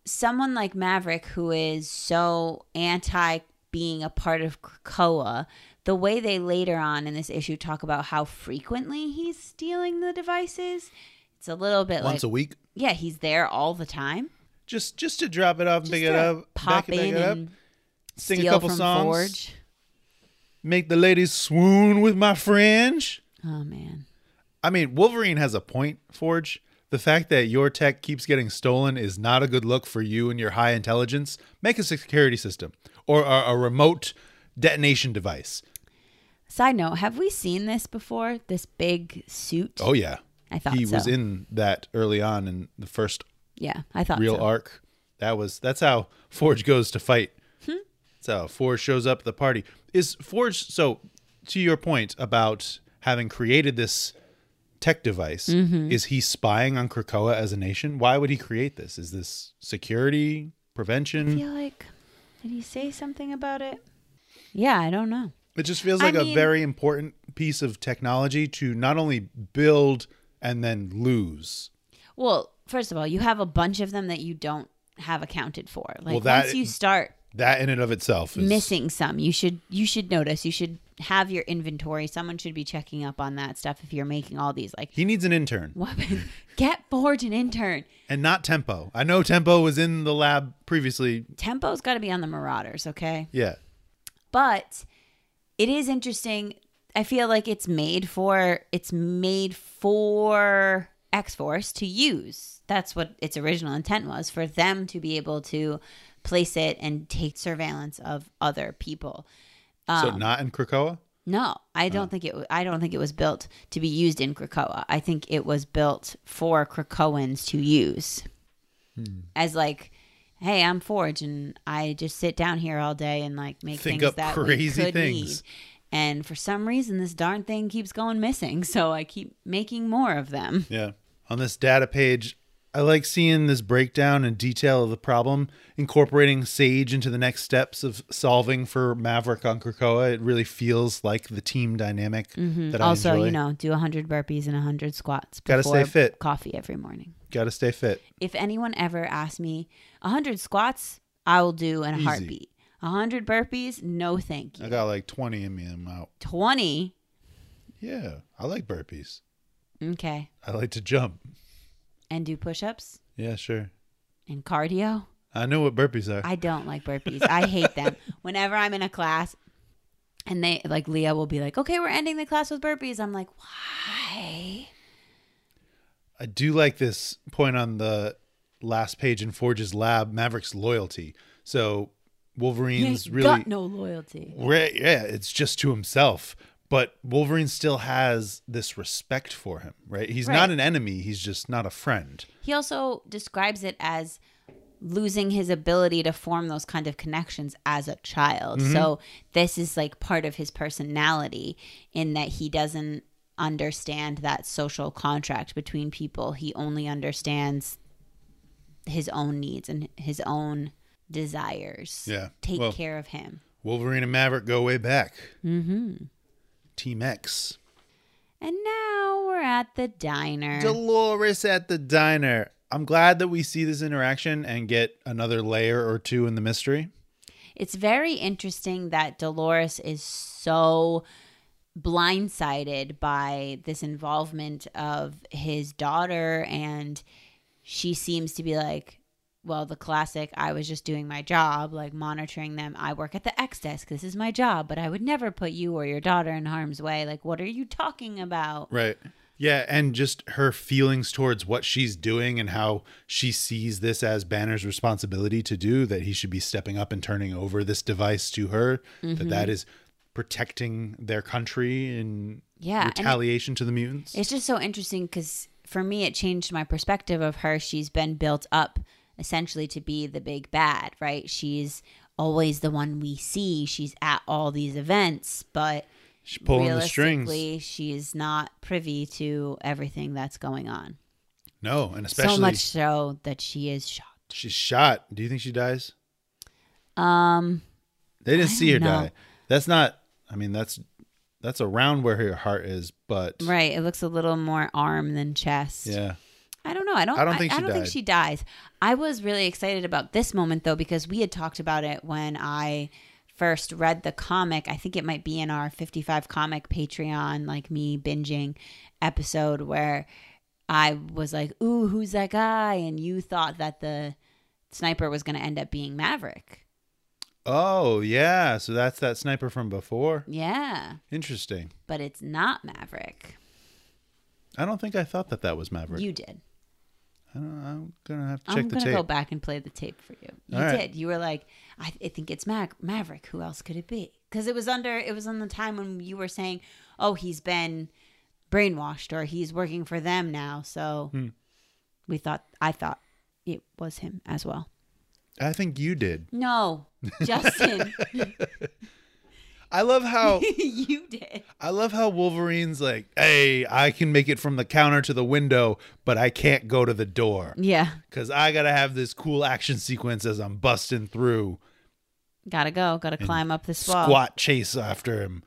Speaker 2: someone like Maverick, who is so anti being a part of Krakoa, the way they later on in this issue talk about how frequently he's stealing the devices, it's a little bit
Speaker 1: Once
Speaker 2: like,
Speaker 1: a week.
Speaker 2: yeah, he's there all the time.
Speaker 1: just just to drop it off and
Speaker 2: Just
Speaker 1: pick it
Speaker 2: to
Speaker 1: up,
Speaker 2: pop
Speaker 1: back it, back
Speaker 2: in
Speaker 1: it up,
Speaker 2: and
Speaker 1: sing
Speaker 2: steal
Speaker 1: a couple
Speaker 2: from
Speaker 1: songs,
Speaker 2: Forge.
Speaker 1: make the ladies swoon with my fringe.
Speaker 2: Oh man,
Speaker 1: I mean, Wolverine has a point, Forge. The fact that your tech keeps getting stolen is not a good look for you and your high intelligence. Make a security system or a, a remote detonation device.
Speaker 2: side note: Have we seen this before? This big suit?
Speaker 1: Oh yeah,
Speaker 2: I thought
Speaker 1: he
Speaker 2: so.
Speaker 1: was in that early on in the first
Speaker 2: yeah, I thought
Speaker 1: real
Speaker 2: so.
Speaker 1: arc. That was that's how Forge goes to fight.
Speaker 2: Hmm.
Speaker 1: That's how Forge shows up at the party. Is Forge so to your point about having created this tech device,
Speaker 2: Mm-hmm.
Speaker 1: is he spying on Krakoa as a nation? Why would he create this? Is this security
Speaker 2: I
Speaker 1: prevention?
Speaker 2: feel like did he say something about it? Yeah, I don't know.
Speaker 1: It just feels
Speaker 2: I
Speaker 1: like a
Speaker 2: mean-
Speaker 1: very important piece of technology to not only build and then lose.
Speaker 2: Well, first of all, you have a bunch of them that you don't have accounted for. Like
Speaker 1: Well, that-
Speaker 2: once you start
Speaker 1: That in and of itself is
Speaker 2: missing some, you should you should notice. You should have your inventory. Someone should be checking up on that stuff if you're making all these like
Speaker 1: He needs an intern.
Speaker 2: weapons. Get Forge an intern.
Speaker 1: And not Tempo. I know Tempo was in the lab previously.
Speaker 2: Tempo's got to be on the Marauders, okay?
Speaker 1: Yeah.
Speaker 2: but it is interesting i feel like it's made for it's made for x-force to use that's what its original intent was for them to be able to place it and take surveillance of other people
Speaker 1: so
Speaker 2: Um,
Speaker 1: not in Krakoa?
Speaker 2: no i
Speaker 1: Oh.
Speaker 2: don't think it wa- i don't think it was built to be used in krakoa i think it was built for krakoans to use
Speaker 1: Hmm.
Speaker 2: as like hey i'm forge and i just sit down here all day and like make
Speaker 1: Think
Speaker 2: things
Speaker 1: up
Speaker 2: that we
Speaker 1: crazy
Speaker 2: could
Speaker 1: things.
Speaker 2: need. And for some reason, this darn thing keeps going missing. So I keep making more of them.
Speaker 1: Yeah. On this data page, I like seeing this breakdown and detail of the problem, incorporating Sage into the next steps of solving for Maverick on Krakoa. It really feels like the team dynamic that I
Speaker 2: Mm-hmm. also,
Speaker 1: enjoy.
Speaker 2: you know, do 100 burpees and 100 squats.
Speaker 1: Gotta stay
Speaker 2: before
Speaker 1: fit.
Speaker 2: Coffee every morning.
Speaker 1: Gotta stay fit.
Speaker 2: If anyone ever asks me 100 squats, I will do in a
Speaker 1: Easy.
Speaker 2: heartbeat. 100 burpees, no thank
Speaker 1: I
Speaker 2: you.
Speaker 1: got like 20 in me. I'm out.
Speaker 2: 20,
Speaker 1: Yeah. I like burpees.
Speaker 2: okay.
Speaker 1: I like to jump.
Speaker 2: And do push ups
Speaker 1: Yeah, sure.
Speaker 2: and cardio.
Speaker 1: I know what burpees are.
Speaker 2: I don't like burpees. I hate them. Whenever I'm in a class and they like Leah will be like, "Okay, we're ending the class with burpees." I'm like, "Why?"
Speaker 1: I do like this point on the last page in Forge's lab, Maverick's loyalty. So Wolverine's
Speaker 2: He's
Speaker 1: really
Speaker 2: got no loyalty.
Speaker 1: Right, yeah, it's just to himself. But Wolverine still has this respect for him, right? He's not
Speaker 2: Right.
Speaker 1: an enemy, he's just not a friend.
Speaker 2: He also describes it as losing his ability to form those kind of connections as a child.
Speaker 1: Mm-hmm.
Speaker 2: So this is like part of his personality in that he doesn't understand that social contract between people. He only understands his own needs and his own desires.
Speaker 1: Yeah.
Speaker 2: Take
Speaker 1: Well-
Speaker 2: care of him.
Speaker 1: Wolverine and Maverick go way back. Mm-hmm. Team X.
Speaker 2: And now we're at the diner.
Speaker 1: Dolores at the diner. I'm glad that we see this interaction and get another layer or two in the mystery.
Speaker 2: It's very interesting that Dolores is so blindsided by this involvement of his daughter and she seems to be like well the classic i was just doing my job like monitoring them i work at the x desk this is my job but i would never put you or your daughter in harm's way like what are you talking about
Speaker 1: Right. Yeah, and just her feelings towards what she's doing and how she sees this as Banner's responsibility to do that he should be stepping up and turning over this device to her that
Speaker 2: Mm-hmm.
Speaker 1: that is protecting their country in
Speaker 2: Yeah, and it-
Speaker 1: retaliation to the mutants.
Speaker 2: It's just so interesting because for me, it changed my perspective of her. She's been built up essentially to be the big bad, right? She's always the one we see. She's at all these events, but
Speaker 1: She's pulling the strings.
Speaker 2: realistically, she's not privy to everything that's going on.
Speaker 1: No, and especially
Speaker 2: so much so that she is shot.
Speaker 1: she's shot. Do you think she dies?
Speaker 2: Um,
Speaker 1: They didn't see her
Speaker 2: don't know.
Speaker 1: die. That's not I mean that's that's around where her heart is, but
Speaker 2: right. It looks a little more arm than chest.
Speaker 1: yeah.
Speaker 2: I don't know. I don't.
Speaker 1: I don't think
Speaker 2: I,
Speaker 1: she
Speaker 2: don't think
Speaker 1: died.
Speaker 2: she dies. I was really excited about this moment though because we had talked about it when I first read the comic. I think it might be in our 55 comic Patreon, like me binging episode where I was like, "Ooh, who's that guy?" And you thought that the sniper was going to end up being Maverick.
Speaker 1: Oh, yeah. So that's that sniper from before.
Speaker 2: Yeah,
Speaker 1: Interesting.
Speaker 2: but it's not Maverick.
Speaker 1: I don't think I thought that that was Maverick.
Speaker 2: You did.
Speaker 1: I don't, I'm gonna have to check
Speaker 2: I'm
Speaker 1: the
Speaker 2: gonna
Speaker 1: tape.
Speaker 2: go back and play the tape for you. You
Speaker 1: All right.
Speaker 2: did. You were like, I, I think it's Ma- Maverick. Who else could it be? Because it was under. It was on the time when you were saying, "Oh, he's been brainwashed, or he's working for them now." So
Speaker 1: Hmm.
Speaker 2: we thought. I thought it was him as well.
Speaker 1: I think you did.
Speaker 2: No, Justin,
Speaker 1: I love how
Speaker 2: you did.
Speaker 1: I love how Wolverine's like, "Hey, I can make it from the counter to the window, but I can't go to the door
Speaker 2: Yeah,
Speaker 1: because I gotta have this cool action sequence as I'm busting through
Speaker 2: gotta go. Gotta climb up this wall.
Speaker 1: squat chase after him."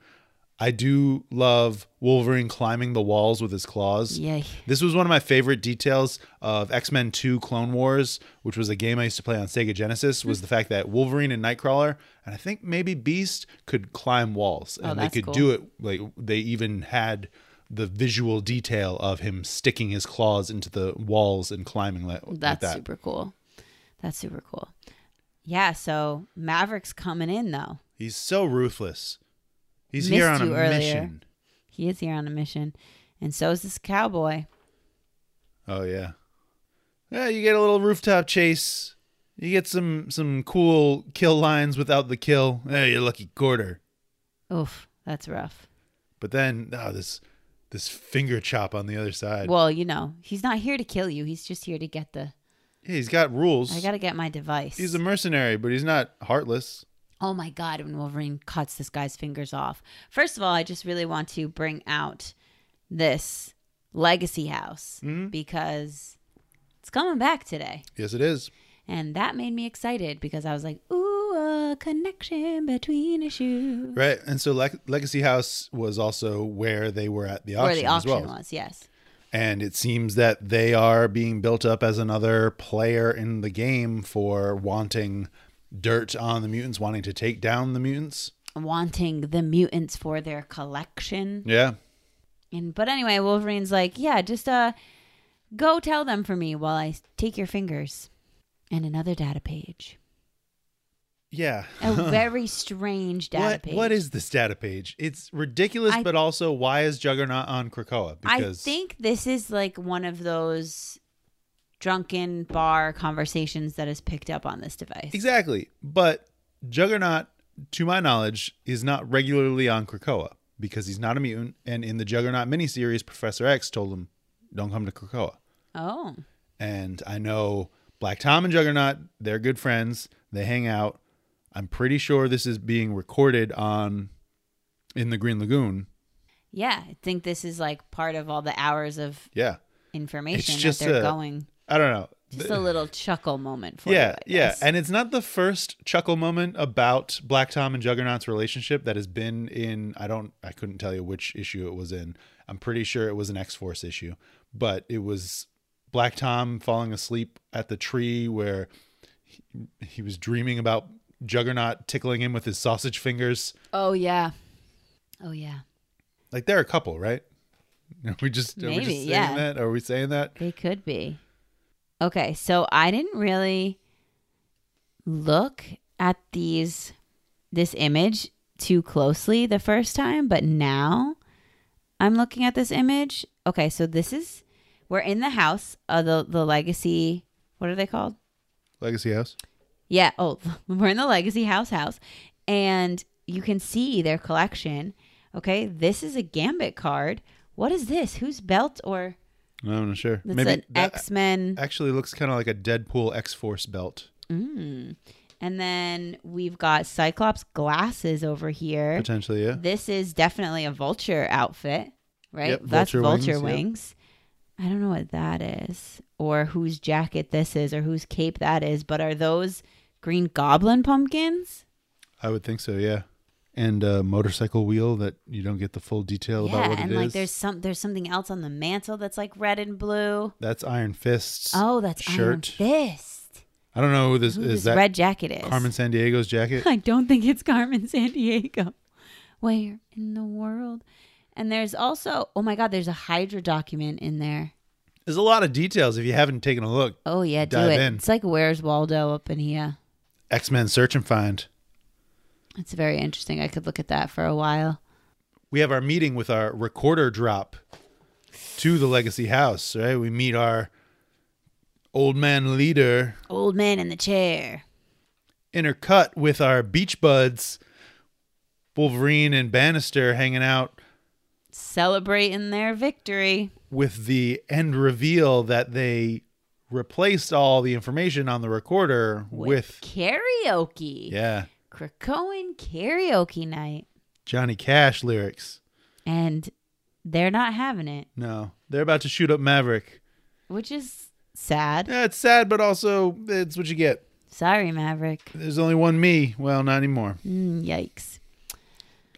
Speaker 1: I do love Wolverine climbing the walls with his claws.
Speaker 2: Yeah.
Speaker 1: This was one of my favorite details of X Men 2 Clone Wars, which was a game I used to play on Sega Genesis, was the fact that Wolverine and Nightcrawler, and I think maybe Beast, could climb walls. And they
Speaker 2: Oh, that's
Speaker 1: could
Speaker 2: cool.
Speaker 1: do it. Like, they even had the visual detail of him sticking his claws into the walls and climbing like, like
Speaker 2: That's
Speaker 1: that.
Speaker 2: super cool. That's super cool. Yeah. So Maverick's coming in though.
Speaker 1: He's so ruthless. He's
Speaker 2: Missed
Speaker 1: here on a
Speaker 2: you earlier.
Speaker 1: mission.
Speaker 2: He is here on a mission, and so is this cowboy.
Speaker 1: Oh yeah. Yeah, you get a little rooftop chase. You get some some cool kill lines without the kill. Hey, your lucky quarter.
Speaker 2: Oof, that's rough.
Speaker 1: But then oh, this this finger chop on the other side.
Speaker 2: Well, you know, he's not here to kill you. He's just here to get the.
Speaker 1: yeah, he's got rules.
Speaker 2: I gotta get my device.
Speaker 1: he's a mercenary, but he's not heartless.
Speaker 2: Oh my God, when Wolverine cuts this guy's fingers off. First of all, I just really want to bring out this legacy house
Speaker 1: Mm-hmm.
Speaker 2: because it's coming back today.
Speaker 1: Yes, it is.
Speaker 2: And that made me excited because I was like, ooh, a connection between issues.
Speaker 1: Right. And so Leg- Legacy House was also where they were at the auction,
Speaker 2: Where the auction
Speaker 1: as well.
Speaker 2: was, yes.
Speaker 1: And it seems that they are being built up as another player in the game for wanting dirt on the mutants, wanting to take down the mutants.
Speaker 2: Wanting the mutants for their collection.
Speaker 1: Yeah.
Speaker 2: And but anyway, Wolverine's like, yeah, just uh, go tell them for me while I take your fingers. And another data page,
Speaker 1: Yeah.
Speaker 2: a very strange data
Speaker 1: What,
Speaker 2: page.
Speaker 1: what is this data page? It's ridiculous,
Speaker 2: I-
Speaker 1: but also why is Juggernaut on Krakoa?
Speaker 2: I think this is like one of those drunken bar conversations that is picked up on this device.
Speaker 1: Exactly. But Juggernaut, to my knowledge, is not regularly on Krakoa because he's not a mutant. And in the Juggernaut miniseries, Professor X told him, don't come to Krakoa.
Speaker 2: Oh,
Speaker 1: And I know Black Tom and Juggernaut, they're good friends. They hang out. I'm pretty sure this is being recorded on in the Green Lagoon.
Speaker 2: yeah, I think this is like part of all the hours of
Speaker 1: Yeah.
Speaker 2: information
Speaker 1: just
Speaker 2: that they're
Speaker 1: a-
Speaker 2: going.
Speaker 1: I don't know.
Speaker 2: Just a little chuckle moment for
Speaker 1: yeah,
Speaker 2: you. I
Speaker 1: yeah.
Speaker 2: guess.
Speaker 1: And it's not the first chuckle moment about Black Tom and Juggernaut's relationship that has been in I don't I couldn't tell you which issue it was in. I'm pretty sure it was an X-Force issue, but it was Black Tom falling asleep at the tree where he, he was dreaming about Juggernaut tickling him with his sausage fingers.
Speaker 2: oh yeah, oh yeah.
Speaker 1: Like they're a couple, right? Are we just are we
Speaker 2: Maybe,
Speaker 1: just saying
Speaker 2: yeah.
Speaker 1: that? Are we saying that?
Speaker 2: They could be. Okay, so I didn't really look at these this image too closely the first time, but now I'm looking at this image. Okay, so this is we're in the house of the the legacy what are they called?
Speaker 1: Legacy House.
Speaker 2: Yeah, oh, we're in the legacy house house and you can see their collection. Okay, this is a gambit card. What is this? Whose belt or
Speaker 1: No, I'm not sure.
Speaker 2: that's
Speaker 1: Maybe
Speaker 2: an
Speaker 1: that
Speaker 2: X-Men
Speaker 1: actually looks kind of like a Deadpool X-Force belt.
Speaker 2: Mm. And then we've got Cyclops glasses over here.
Speaker 1: Potentially, yeah.
Speaker 2: This is definitely a vulture outfit, right?
Speaker 1: Yep,
Speaker 2: That's
Speaker 1: vulture
Speaker 2: vulture
Speaker 1: wings, yep.
Speaker 2: wings. I don't know what that is or whose jacket this is or whose cape that is, but are those green goblin pumpkins?
Speaker 1: I would think so, yeah. And a motorcycle wheel that you don't get the full detail
Speaker 2: yeah,
Speaker 1: about what
Speaker 2: and
Speaker 1: it
Speaker 2: like
Speaker 1: is.
Speaker 2: there's some there's something else on the mantle that's like red and blue.
Speaker 1: That's Iron Fists.
Speaker 2: Oh, that's Iron
Speaker 1: shirt.
Speaker 2: Fist.
Speaker 1: I don't know who this
Speaker 2: Who
Speaker 1: is.
Speaker 2: this
Speaker 1: That
Speaker 2: red jacket is.
Speaker 1: Carmen San Diego's jacket.
Speaker 2: I don't think it's Carmen San Diego. Where in the world? And there's also oh my god, there's a Hydra document in there.
Speaker 1: There's a lot of details if you haven't taken a look.
Speaker 2: Oh yeah, do
Speaker 1: Dive
Speaker 2: it.
Speaker 1: in.
Speaker 2: It's like where's Waldo up in here.
Speaker 1: X Men Search and Find.
Speaker 2: It's very interesting. I could look at that for a while.
Speaker 1: We have our meeting with our recorder drop to the Legacy House, right? We meet our old man leader
Speaker 2: Old man in the chair.
Speaker 1: intercut with our beach buds, Wolverine and Bannister hanging out
Speaker 2: Celebrating their victory.
Speaker 1: with the end reveal that they replaced all the information on the recorder with,
Speaker 2: karaoke.
Speaker 1: yeah
Speaker 2: Krakoan karaoke night.
Speaker 1: Johnny Cash lyrics.
Speaker 2: And they're not having it,
Speaker 1: No, they're about to shoot up Maverick.
Speaker 2: which is sad.
Speaker 1: Yeah, it's sad, but also it's what you get.
Speaker 2: Sorry, Maverick.
Speaker 1: There's only one me. Well, not anymore.
Speaker 2: Mm, yikes.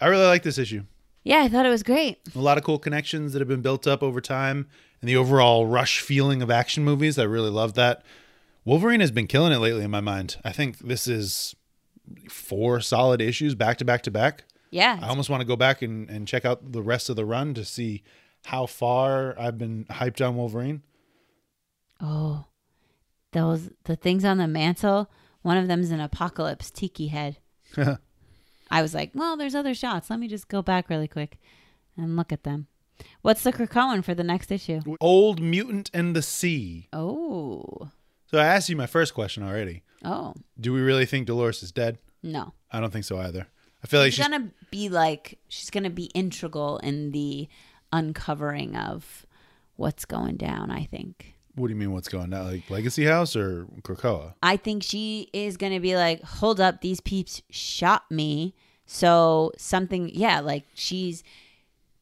Speaker 1: I really like this issue.
Speaker 2: Yeah, I thought it was great.
Speaker 1: A lot of cool connections that have been built up over time, and the overall rush feeling of action movies. I really love that. Wolverine has been killing it lately in my mind. I think this is four solid issues back to back to back.
Speaker 2: Yeah.
Speaker 1: I almost want to go back and, and check out the rest of the run to see how far I've been hyped on Wolverine.
Speaker 2: oh, those the things on the mantle. One of them's an apocalypse tiki head. I was like, well, there's other shots. Let me just go back really quick and look at them. What's the Krakoan for the next issue?
Speaker 1: Old Mutant and the Sea.
Speaker 2: Oh,
Speaker 1: So I asked you my first question already.
Speaker 2: oh
Speaker 1: Do we really think Dolores is dead?
Speaker 2: no.
Speaker 1: I don't think so either. I feel like
Speaker 2: She's
Speaker 1: she's,
Speaker 2: gonna be like she's gonna be integral in the uncovering of what's going down. I think
Speaker 1: What do you mean? What's going on? Like Legacy House or Krakoa?
Speaker 2: I think she is going to be like, hold up, these peeps shot me. So something, yeah, like she's,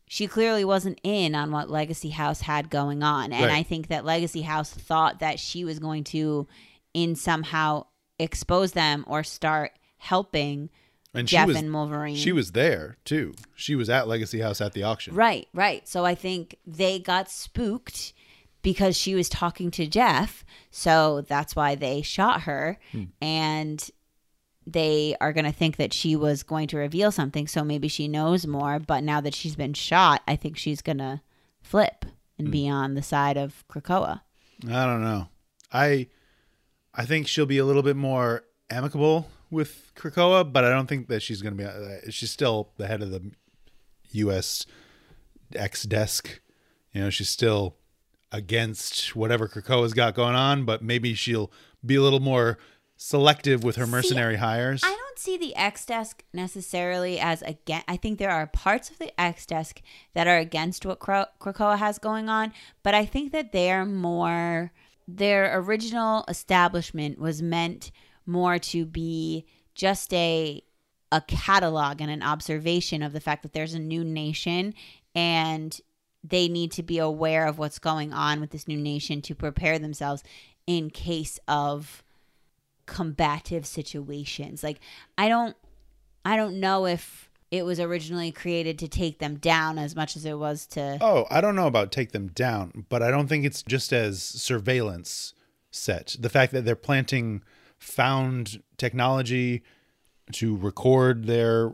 Speaker 2: she clearly wasn't in on what Legacy House had going on. And
Speaker 1: Right.
Speaker 2: I think that Legacy House thought that she was going to, in somehow, expose them or start helping
Speaker 1: And she
Speaker 2: Jeff
Speaker 1: was
Speaker 2: and Wolverine.
Speaker 1: she was there too. She was at Legacy House at the auction.
Speaker 2: Right, right. So I think they got spooked because she was talking to Jeff. So that's why they shot her. And they are going to think that she was going to reveal something. So maybe she knows more. But now that she's been shot, I think she's going to flip and be on the side of Krakoa.
Speaker 1: I don't know. I I think she'll be a little bit more amicable with Krakoa, but I don't think that she's going to be. uh, She's still the head of the U.S. X desk. You know, she's still against whatever Krakoa's got going on, but maybe she'll be a little more selective with her mercenary hires.
Speaker 2: I don't see the X desk necessarily as again. I think there are parts of the X desk that are against what Kro- Krakoa has going on, but I think that they are more. Their original establishment was meant more to be just a a catalog and an observation of the fact that there's a new nation and they need to be aware of what's going on with this new nation to prepare themselves in case of combative situations. Like I don't I don't know if it was originally created to take them down as much as it was to
Speaker 1: Oh, I don't know about take them down, but I don't think it's just as surveillance set. The fact that they're planting found technology to record their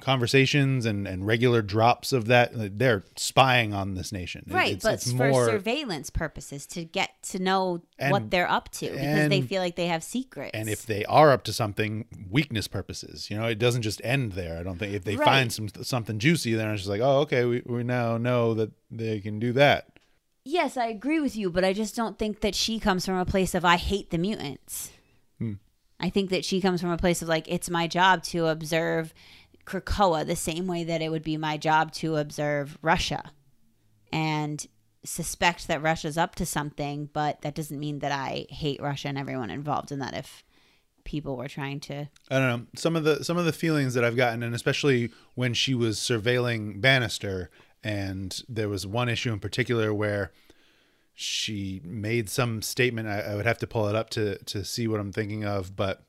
Speaker 1: conversations and, and regular drops of that, like, they're spying on this nation. It-
Speaker 2: right,
Speaker 1: it's,
Speaker 2: but
Speaker 1: it's
Speaker 2: for
Speaker 1: more
Speaker 2: surveillance purposes to get to know what
Speaker 1: And-
Speaker 2: they're up to because they
Speaker 1: and-
Speaker 2: feel like they have secrets.
Speaker 1: and if they are up to something, weakness purposes. You know, it doesn't just end there. I don't think if they
Speaker 2: Right.
Speaker 1: find some something juicy, then it's just like, oh, okay, we, we now know that they can do that.
Speaker 2: yes, I agree with you, but I just don't think that she comes from a place of I hate the mutants. I think that she comes from a place of like it's my job to observe Krakoa the same way that it would be my job to observe Russia and suspect that Russia's up to something, but that doesn't mean that I hate Russia and everyone involved in that if people were trying to
Speaker 1: I don't know some of the some of the feelings that I've gotten, and especially when she was surveilling Bannister, and there was one issue in particular where she made some statement. I, I would have to pull it up to to see what I'm thinking of, but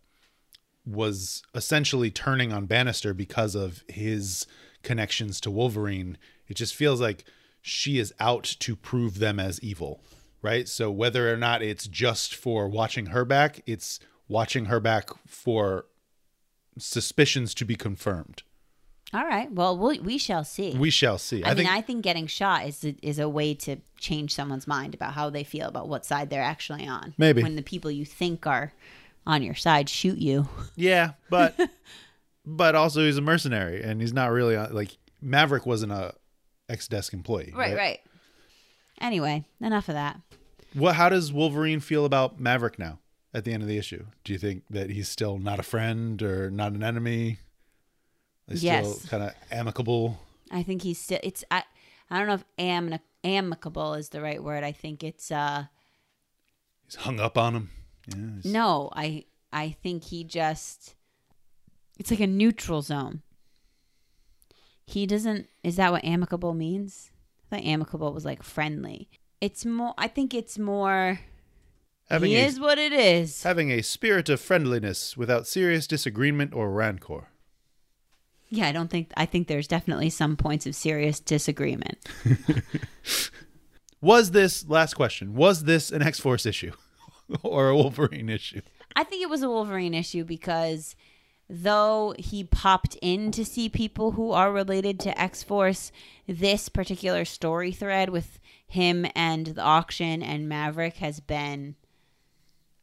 Speaker 1: was essentially turning on Bannister because of his connections to Wolverine. It just feels like she is out to prove them as evil, right? So whether or not it's just for watching her back, it's watching her back for suspicions to be confirmed.
Speaker 2: All right. Well, we'll we shall see.
Speaker 1: We shall see.
Speaker 2: I, mean, I think getting shot is a, is a way to change someone's mind about how they feel about what side they're actually on.
Speaker 1: Maybe.
Speaker 2: when the people you think are on your side shoot you.
Speaker 1: Yeah, but but also he's a mercenary and he's not really uh, like Maverick wasn't a ex desk employee.
Speaker 2: right. Anyway, enough of that.
Speaker 1: What how does Wolverine feel about Maverick now at the end of the issue? Do you think that he's still not a friend or not an enemy? They
Speaker 2: Yes.
Speaker 1: still kind of amicable.
Speaker 2: I think he's still. It's I. I don't know if am, amicable is the right word. I think it's uh
Speaker 1: He's hung up on him. Yeah. he's-
Speaker 2: no. I I think he just. It's like a neutral zone. He doesn't. Is that what amicable means? I thought amicable was like friendly. It's more. I think it's more.
Speaker 1: having
Speaker 2: he
Speaker 1: a,
Speaker 2: is what it is.
Speaker 1: having a spirit of friendliness without serious disagreement or rancor.
Speaker 2: Yeah, I don't think. I think there's definitely some points of serious disagreement.
Speaker 1: Was this last question? Was this an X Force issue or a Wolverine issue?
Speaker 2: I think it was a Wolverine issue because though he popped in to see people who are related to X Force, this particular story thread with him and the auction and Maverick has been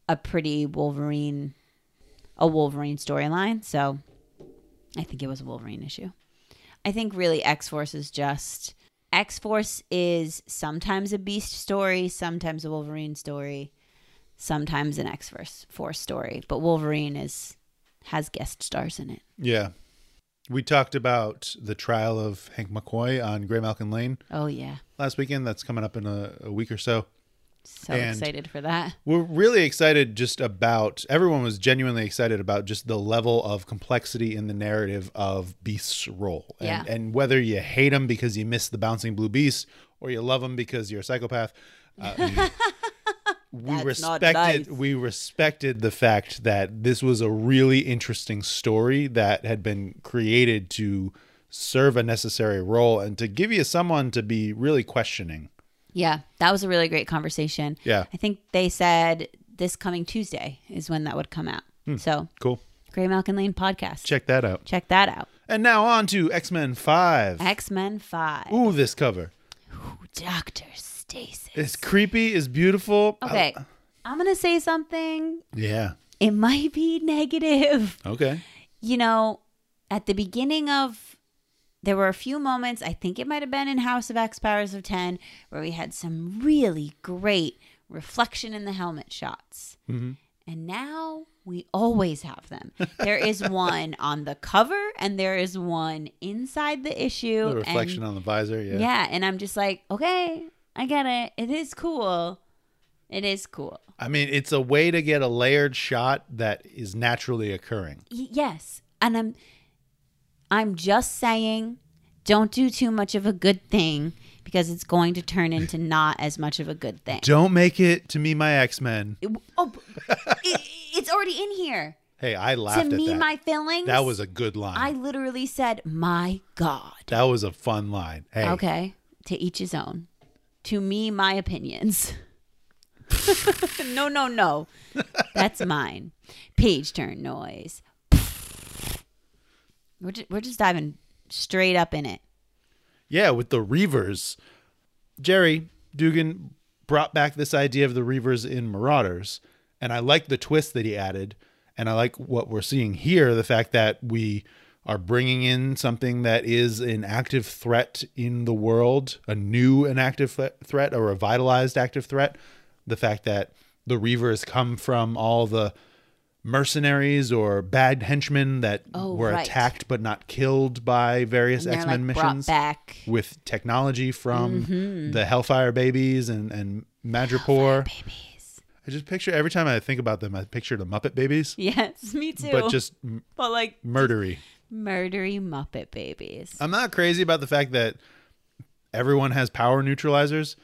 Speaker 2: a pretty Wolverine, a Wolverine storyline. So I think it was a Wolverine issue. I think really X Force is just. X Force is sometimes a Beast story, sometimes a Wolverine story sometimes an X Force story, but Wolverine is has guest stars in it.
Speaker 1: Yeah. We talked about the trial of Hank McCoy on Grey Malkin Lane
Speaker 2: Oh yeah,
Speaker 1: last weekend. That's coming up in a, a week or so.
Speaker 2: So
Speaker 1: And-
Speaker 2: excited for that.
Speaker 1: We're really excited just about everyone was genuinely excited about just the level of complexity in the narrative of Beast's role. And,
Speaker 2: Yeah.
Speaker 1: and whether you hate him because you miss the bouncing blue beast or you love him because you're a psychopath. uh, we
Speaker 2: That's not
Speaker 1: respected
Speaker 2: nice.
Speaker 1: we respected the fact that this was a really interesting story that had been created to serve a necessary role and to give you someone to be really questioning.
Speaker 2: Yeah, that was a really great conversation.
Speaker 1: Yeah.
Speaker 2: I think they said this coming Tuesday is when that would come out. So,
Speaker 1: Cool.
Speaker 2: Gray Malkin Lane podcast. Check,
Speaker 1: Hmm. Check that out.
Speaker 2: that out.
Speaker 1: And now on to X-Men 5.
Speaker 2: X Men 5.
Speaker 1: Ooh, this cover.
Speaker 2: Dr. Stasis.
Speaker 1: It's creepy. It's beautiful. I-
Speaker 2: Okay. I'm going to say something.
Speaker 1: yeah.
Speaker 2: It might be negative.
Speaker 1: Okay.
Speaker 2: You know, at the beginning of there were a few moments, I think it might have been in House of X Powers of 10, where we had some really great reflection in the helmet shots.
Speaker 1: Mm-hmm.
Speaker 2: And now we always have them. There is one on the cover and there is one inside the issue.
Speaker 1: The reflection
Speaker 2: and
Speaker 1: on the visor. Yeah.
Speaker 2: Yeah, and I'm just like, okay, I get it. It is cool. It is cool.
Speaker 1: I mean, it's a way to get a layered shot that is naturally occurring.
Speaker 2: Y- yes, and I'm, I'm just saying, don't do too much of a good thing because it's going to turn into not as much of a good thing.
Speaker 1: Don't make it to me, my X Men.
Speaker 2: It- oh, it, it's already in here.
Speaker 1: Hey, I
Speaker 2: To
Speaker 1: laughed at
Speaker 2: me,
Speaker 1: that.
Speaker 2: my feelings.
Speaker 1: that was a good line.
Speaker 2: I literally said, "My God."
Speaker 1: that was a fun line. Hey,
Speaker 2: Okay, to each his own. To me, my opinions. no, no, no. That's mine. Page turn noise. We're just, we're just diving straight up in it.
Speaker 1: yeah, with the Reavers, Jerry Dugan brought back this idea of the Reavers in Marauders, and I like the twist that he added, and I like what we're seeing here, the fact that we are bringing in something that is an active threat in the world, a new and active thre- threat, a revitalized active threat, the fact that the Reavers come from all the mercenaries or bad henchmen that
Speaker 2: Oh,
Speaker 1: were
Speaker 2: right.
Speaker 1: attacked but not killed by various
Speaker 2: And they're
Speaker 1: X-Men
Speaker 2: like brought
Speaker 1: missions
Speaker 2: back.
Speaker 1: with technology from the Hellfire Babies and and Madripoor.
Speaker 2: Babies.
Speaker 1: I just picture every time I think about them, I picture the Muppet Babies,
Speaker 2: Yes, me too.
Speaker 1: but just m-
Speaker 2: but like
Speaker 1: murdery.
Speaker 2: murdery Muppet babies.
Speaker 1: I'm not crazy about the fact that everyone has power neutralizers.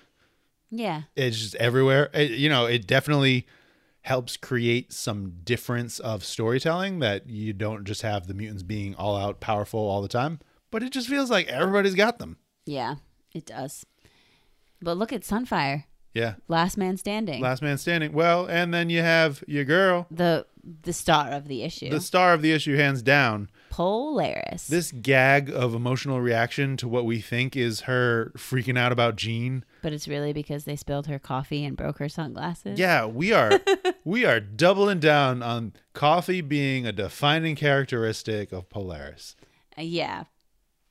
Speaker 2: Yeah.
Speaker 1: It's just everywhere. It- you know, it definitely helps create some difference of storytelling that you don't just have the mutants being all out powerful all the time. But it just feels like everybody's got them.
Speaker 2: Yeah, it does. But look at Sunfire.
Speaker 1: Yeah.
Speaker 2: Last man standing.
Speaker 1: Last man standing. Well, and then you have your girl
Speaker 2: the the star of the issue.
Speaker 1: the star of the issue hands down
Speaker 2: Polaris.
Speaker 1: this gag of emotional reaction to what we think is her freaking out about Jean.
Speaker 2: But it's really because they spilled her coffee and broke her sunglasses.
Speaker 1: Yeah, we are we are doubling down on coffee being a defining characteristic of Polaris.
Speaker 2: Uh, Yeah.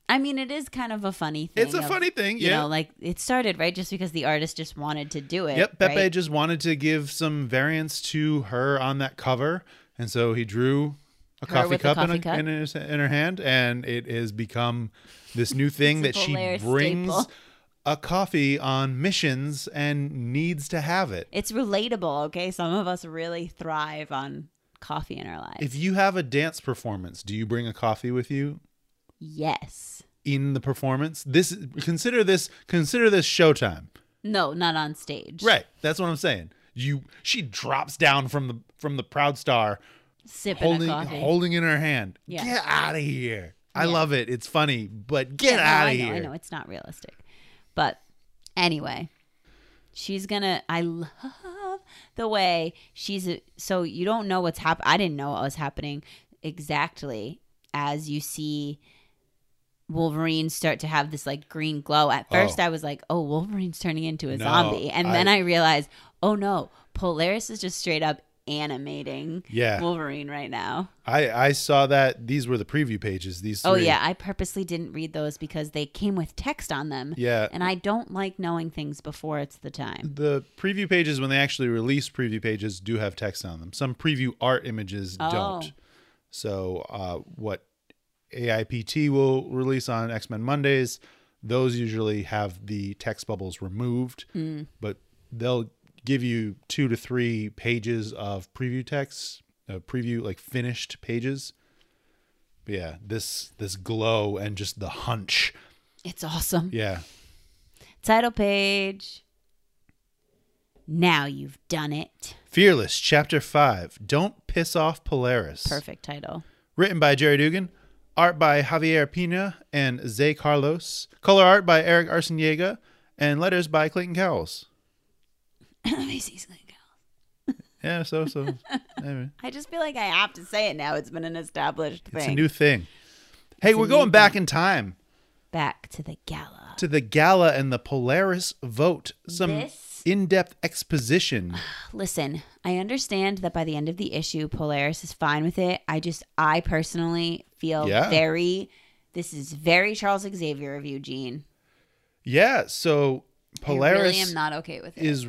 Speaker 2: I mean, it is kind of a funny thing.
Speaker 1: It's a
Speaker 2: of,
Speaker 1: funny thing,
Speaker 2: You
Speaker 1: yeah.
Speaker 2: know, like it started, right? Just because the artist just wanted to do it.
Speaker 1: Yep, Pepe
Speaker 2: right?
Speaker 1: just wanted to give some variance to her on that cover, and so he drew a
Speaker 2: Her
Speaker 1: coffee
Speaker 2: with a
Speaker 1: cup, in,
Speaker 2: coffee
Speaker 1: a-
Speaker 2: cup.
Speaker 1: in his, in her hand, and it has become this new thing that
Speaker 2: It's a
Speaker 1: she
Speaker 2: Polaris
Speaker 1: brings
Speaker 2: staple.
Speaker 1: a coffee on missions and needs to have it.
Speaker 2: It's relatable, okay? Some of us really thrive on coffee in our lives.
Speaker 1: If you have a dance performance, do you bring a coffee with you
Speaker 2: yes.
Speaker 1: in the performance? This consider this consider this showtime.
Speaker 2: No, not on stage.
Speaker 1: Right. That's what I'm saying. You she drops down from the from the proud star
Speaker 2: Sipping
Speaker 1: holding
Speaker 2: a coffee.
Speaker 1: holding in her hand.
Speaker 2: Yeah.
Speaker 1: Get out of here. I
Speaker 2: Yeah.
Speaker 1: love it. It's funny, but
Speaker 2: Yeah,
Speaker 1: get
Speaker 2: no,
Speaker 1: out
Speaker 2: I
Speaker 1: of
Speaker 2: know,
Speaker 1: here.
Speaker 2: I know it's not realistic. But anyway, she's gonna. I love the way she's. So you don't know what's happening. I didn't know what was happening exactly as you see Wolverine start to have this like green glow. At first, I was like, oh, Wolverine's turning into a
Speaker 1: No,
Speaker 2: zombie. And then
Speaker 1: I-
Speaker 2: I realized, oh no, Polaris is just straight up animating
Speaker 1: Yeah.
Speaker 2: Wolverine right now.
Speaker 1: I I saw that these were the preview pages. These three.
Speaker 2: Oh yeah, I purposely didn't read those because they came with text on them.
Speaker 1: Yeah.
Speaker 2: And I don't like knowing things before it's the time.
Speaker 1: The preview pages when they actually release preview pages do have text on them. Some preview art images
Speaker 2: Oh.
Speaker 1: don't. So uh, what AIPT will release on X Men
Speaker 2: Mm.
Speaker 1: Mondays, those usually have the text bubbles removed, but they'll give you two to three pages of preview text, uh, preview like finished pages. But yeah, this this glow and just the hunch.
Speaker 2: It's awesome.
Speaker 1: Yeah,
Speaker 2: Title page. Now you've done it.
Speaker 1: Fearless Chapter Five. Don't piss off Polaris.
Speaker 2: Perfect title.
Speaker 1: Written by Jerry Dugan. Art by Javier Pina and Zay Carlos. Color art by Eric Arciniega. And letters by Clayton Cowles.
Speaker 2: Macy's gonna go.
Speaker 1: Yeah, so so. anyway.
Speaker 2: I just feel like I have to say it now. It's been an established thing.
Speaker 1: It's a new thing. Hey,
Speaker 2: a
Speaker 1: we're
Speaker 2: new
Speaker 1: going back in time
Speaker 2: Back to the gala.
Speaker 1: to the gala and the Polaris vote. Some
Speaker 2: This-
Speaker 1: in-depth exposition.
Speaker 2: Listen, I understand that by the end of the issue, Polaris is fine with it. I just, I personally feel
Speaker 1: Yeah.
Speaker 2: very, this is very Charles Xavier of Eugene.
Speaker 1: Yeah, so
Speaker 2: I
Speaker 1: Polaris
Speaker 2: really am not okay with it.
Speaker 1: is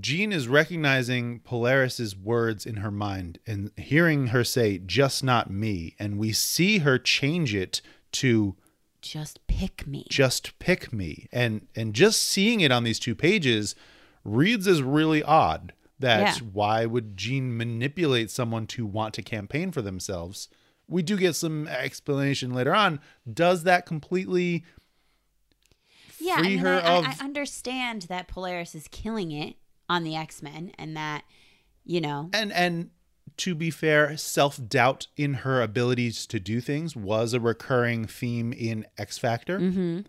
Speaker 1: Jean is recognizing Polaris's words in her mind and hearing her say just not me and we see her change it to
Speaker 2: just pick me.
Speaker 1: just pick me and and just seeing it on these two pages reads as really odd that
Speaker 2: Yeah.
Speaker 1: why would Jean manipulate someone to want to campaign for themselves we do get some explanation later on does that completely
Speaker 2: yeah, I
Speaker 1: free
Speaker 2: mean,
Speaker 1: her
Speaker 2: I,
Speaker 1: of-
Speaker 2: I, I understand that Polaris is killing it on the X Men, and that you know,
Speaker 1: and and to be fair self-doubt in her abilities to do things was a recurring theme in X Factor
Speaker 2: Mm-hmm.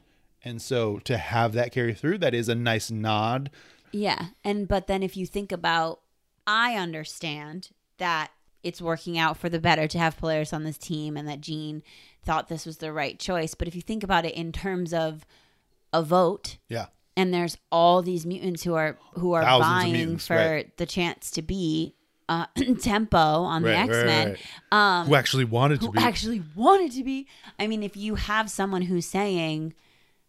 Speaker 1: and so to have that carry through that is a nice nod
Speaker 2: yeah. And but then if you think about, I understand that it's working out for the better to have Polaris on this team, and that Jean thought this was the right choice. But if you think about it in terms of a vote,
Speaker 1: yeah
Speaker 2: and there's all these mutants who are who are
Speaker 1: Thousands of
Speaker 2: vying
Speaker 1: mutants,
Speaker 2: for
Speaker 1: right.
Speaker 2: the chance to be uh, tempo on the
Speaker 1: Right, right,
Speaker 2: X Men.
Speaker 1: right. who actually wanted to
Speaker 2: who
Speaker 1: be
Speaker 2: actually wanted to be. I mean, if you have someone who's saying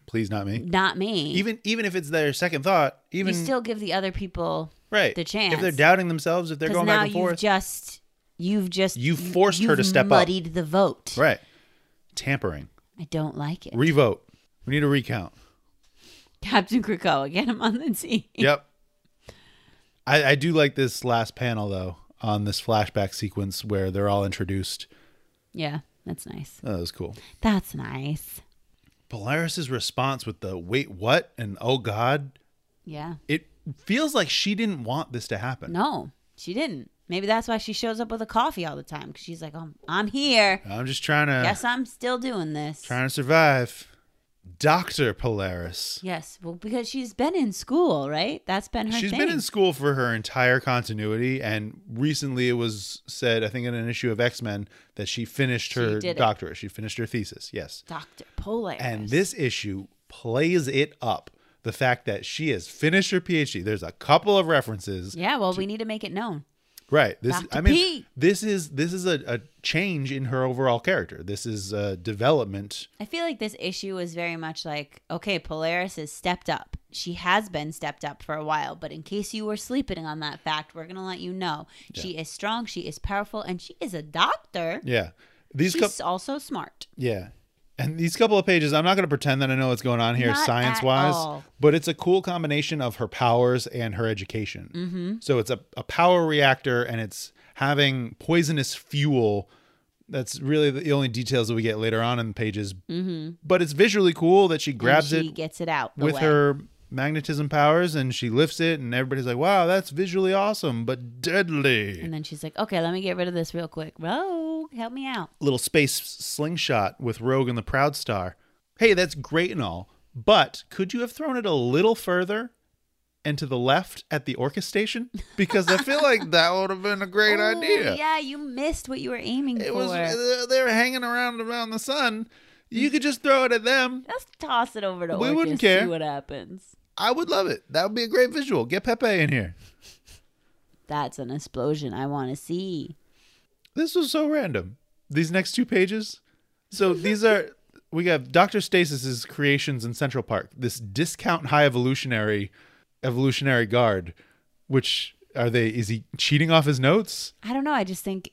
Speaker 1: please not me
Speaker 2: "not me,"
Speaker 1: even even if it's their second thought, even
Speaker 2: you still give the other people
Speaker 1: right
Speaker 2: the chance.
Speaker 1: if they're doubting themselves, if they're
Speaker 2: because
Speaker 1: going
Speaker 2: now
Speaker 1: back and
Speaker 2: you've
Speaker 1: forth,
Speaker 2: just you've just
Speaker 1: You forced her
Speaker 2: you've
Speaker 1: to step up.
Speaker 2: muddied the vote.
Speaker 1: right? Tampering,
Speaker 2: I don't like it.
Speaker 1: revote. We need a recount.
Speaker 2: Captain Krakoa, get him on the team.
Speaker 1: Yep. I, I do like this last panel though on this flashback sequence where they're all introduced.
Speaker 2: Yeah, that's nice.
Speaker 1: Oh, that was cool.
Speaker 2: That's nice.
Speaker 1: Polaris's response with the "wait, what?" and "oh God,"
Speaker 2: Yeah.
Speaker 1: it feels like she didn't want this to happen.
Speaker 2: No, she didn't. Maybe that's why she shows up with a coffee all the time because she's like, "I'm I'm here.
Speaker 1: I'm just trying to
Speaker 2: Yes, I'm still doing this."
Speaker 1: Uh, trying to survive. Doctor Polaris.
Speaker 2: Yes, well, because she's been in school, right? That's been her.
Speaker 1: She's
Speaker 2: thing.
Speaker 1: been in school for her entire continuity, and recently it was said, I think, in an issue of X Men, that she finished
Speaker 2: She
Speaker 1: her
Speaker 2: did it.
Speaker 1: doctorate. She finished her thesis, yes.
Speaker 2: Doctor Polaris.
Speaker 1: And this issue plays it up the fact that she has finished her PhD. There's a couple of references,
Speaker 2: yeah, well, we need to make it known.
Speaker 1: right? This,
Speaker 2: Dr.
Speaker 1: I mean,
Speaker 2: P.
Speaker 1: this is this is a, a change in her overall character. This is a development.
Speaker 2: I feel like this issue is very much like, okay, Polaris has stepped up. She has been stepped up for a while, but in case you were sleeping on that fact, we're gonna let you know she is strong, she is powerful, and she is a doctor.
Speaker 1: Yeah, these couple,
Speaker 2: She's also smart.
Speaker 1: Yeah. And these couple of pages, I'm not going to pretend that I know what's going on here
Speaker 2: Not at
Speaker 1: science wise,
Speaker 2: all.
Speaker 1: but it's a cool combination of her powers and her education. Mm-hmm. So it's a, a power reactor and it's having poisonous fuel. That's really the only details that we get later on in the pages. Mm-hmm. But it's visually cool that she
Speaker 2: and
Speaker 1: grabs
Speaker 2: she
Speaker 1: it
Speaker 2: gets it out the
Speaker 1: with
Speaker 2: way.
Speaker 1: her magnetism powers and she lifts it, and everybody's like, wow, that's visually awesome, but deadly.
Speaker 2: And then she's like, okay, let me get rid of this real quick. Rogue, help me out.
Speaker 1: little space slingshot with Rogue and the Proud Star. Hey, that's great and all, but could you have thrown it a little further and to the left at the Orca station? Because I feel like that would have been a great
Speaker 2: Ooh,
Speaker 1: idea.
Speaker 2: Yeah, you missed what you were aiming
Speaker 1: it
Speaker 2: for.
Speaker 1: was they're- they're hanging around around the sun. You could just throw it at them.
Speaker 2: Let's toss it over to
Speaker 1: We
Speaker 2: Orcus,
Speaker 1: wouldn't care.
Speaker 2: see what happens.
Speaker 1: I would love it. That would be a great visual. Get Pepe in here.
Speaker 2: That's an explosion I want to see.
Speaker 1: This was so random. These next two pages. So these are we have Dr. Stasis's creations in Central Park. This discount high evolutionary evolutionary guard, which are they is he cheating off his notes?
Speaker 2: I don't know. I just think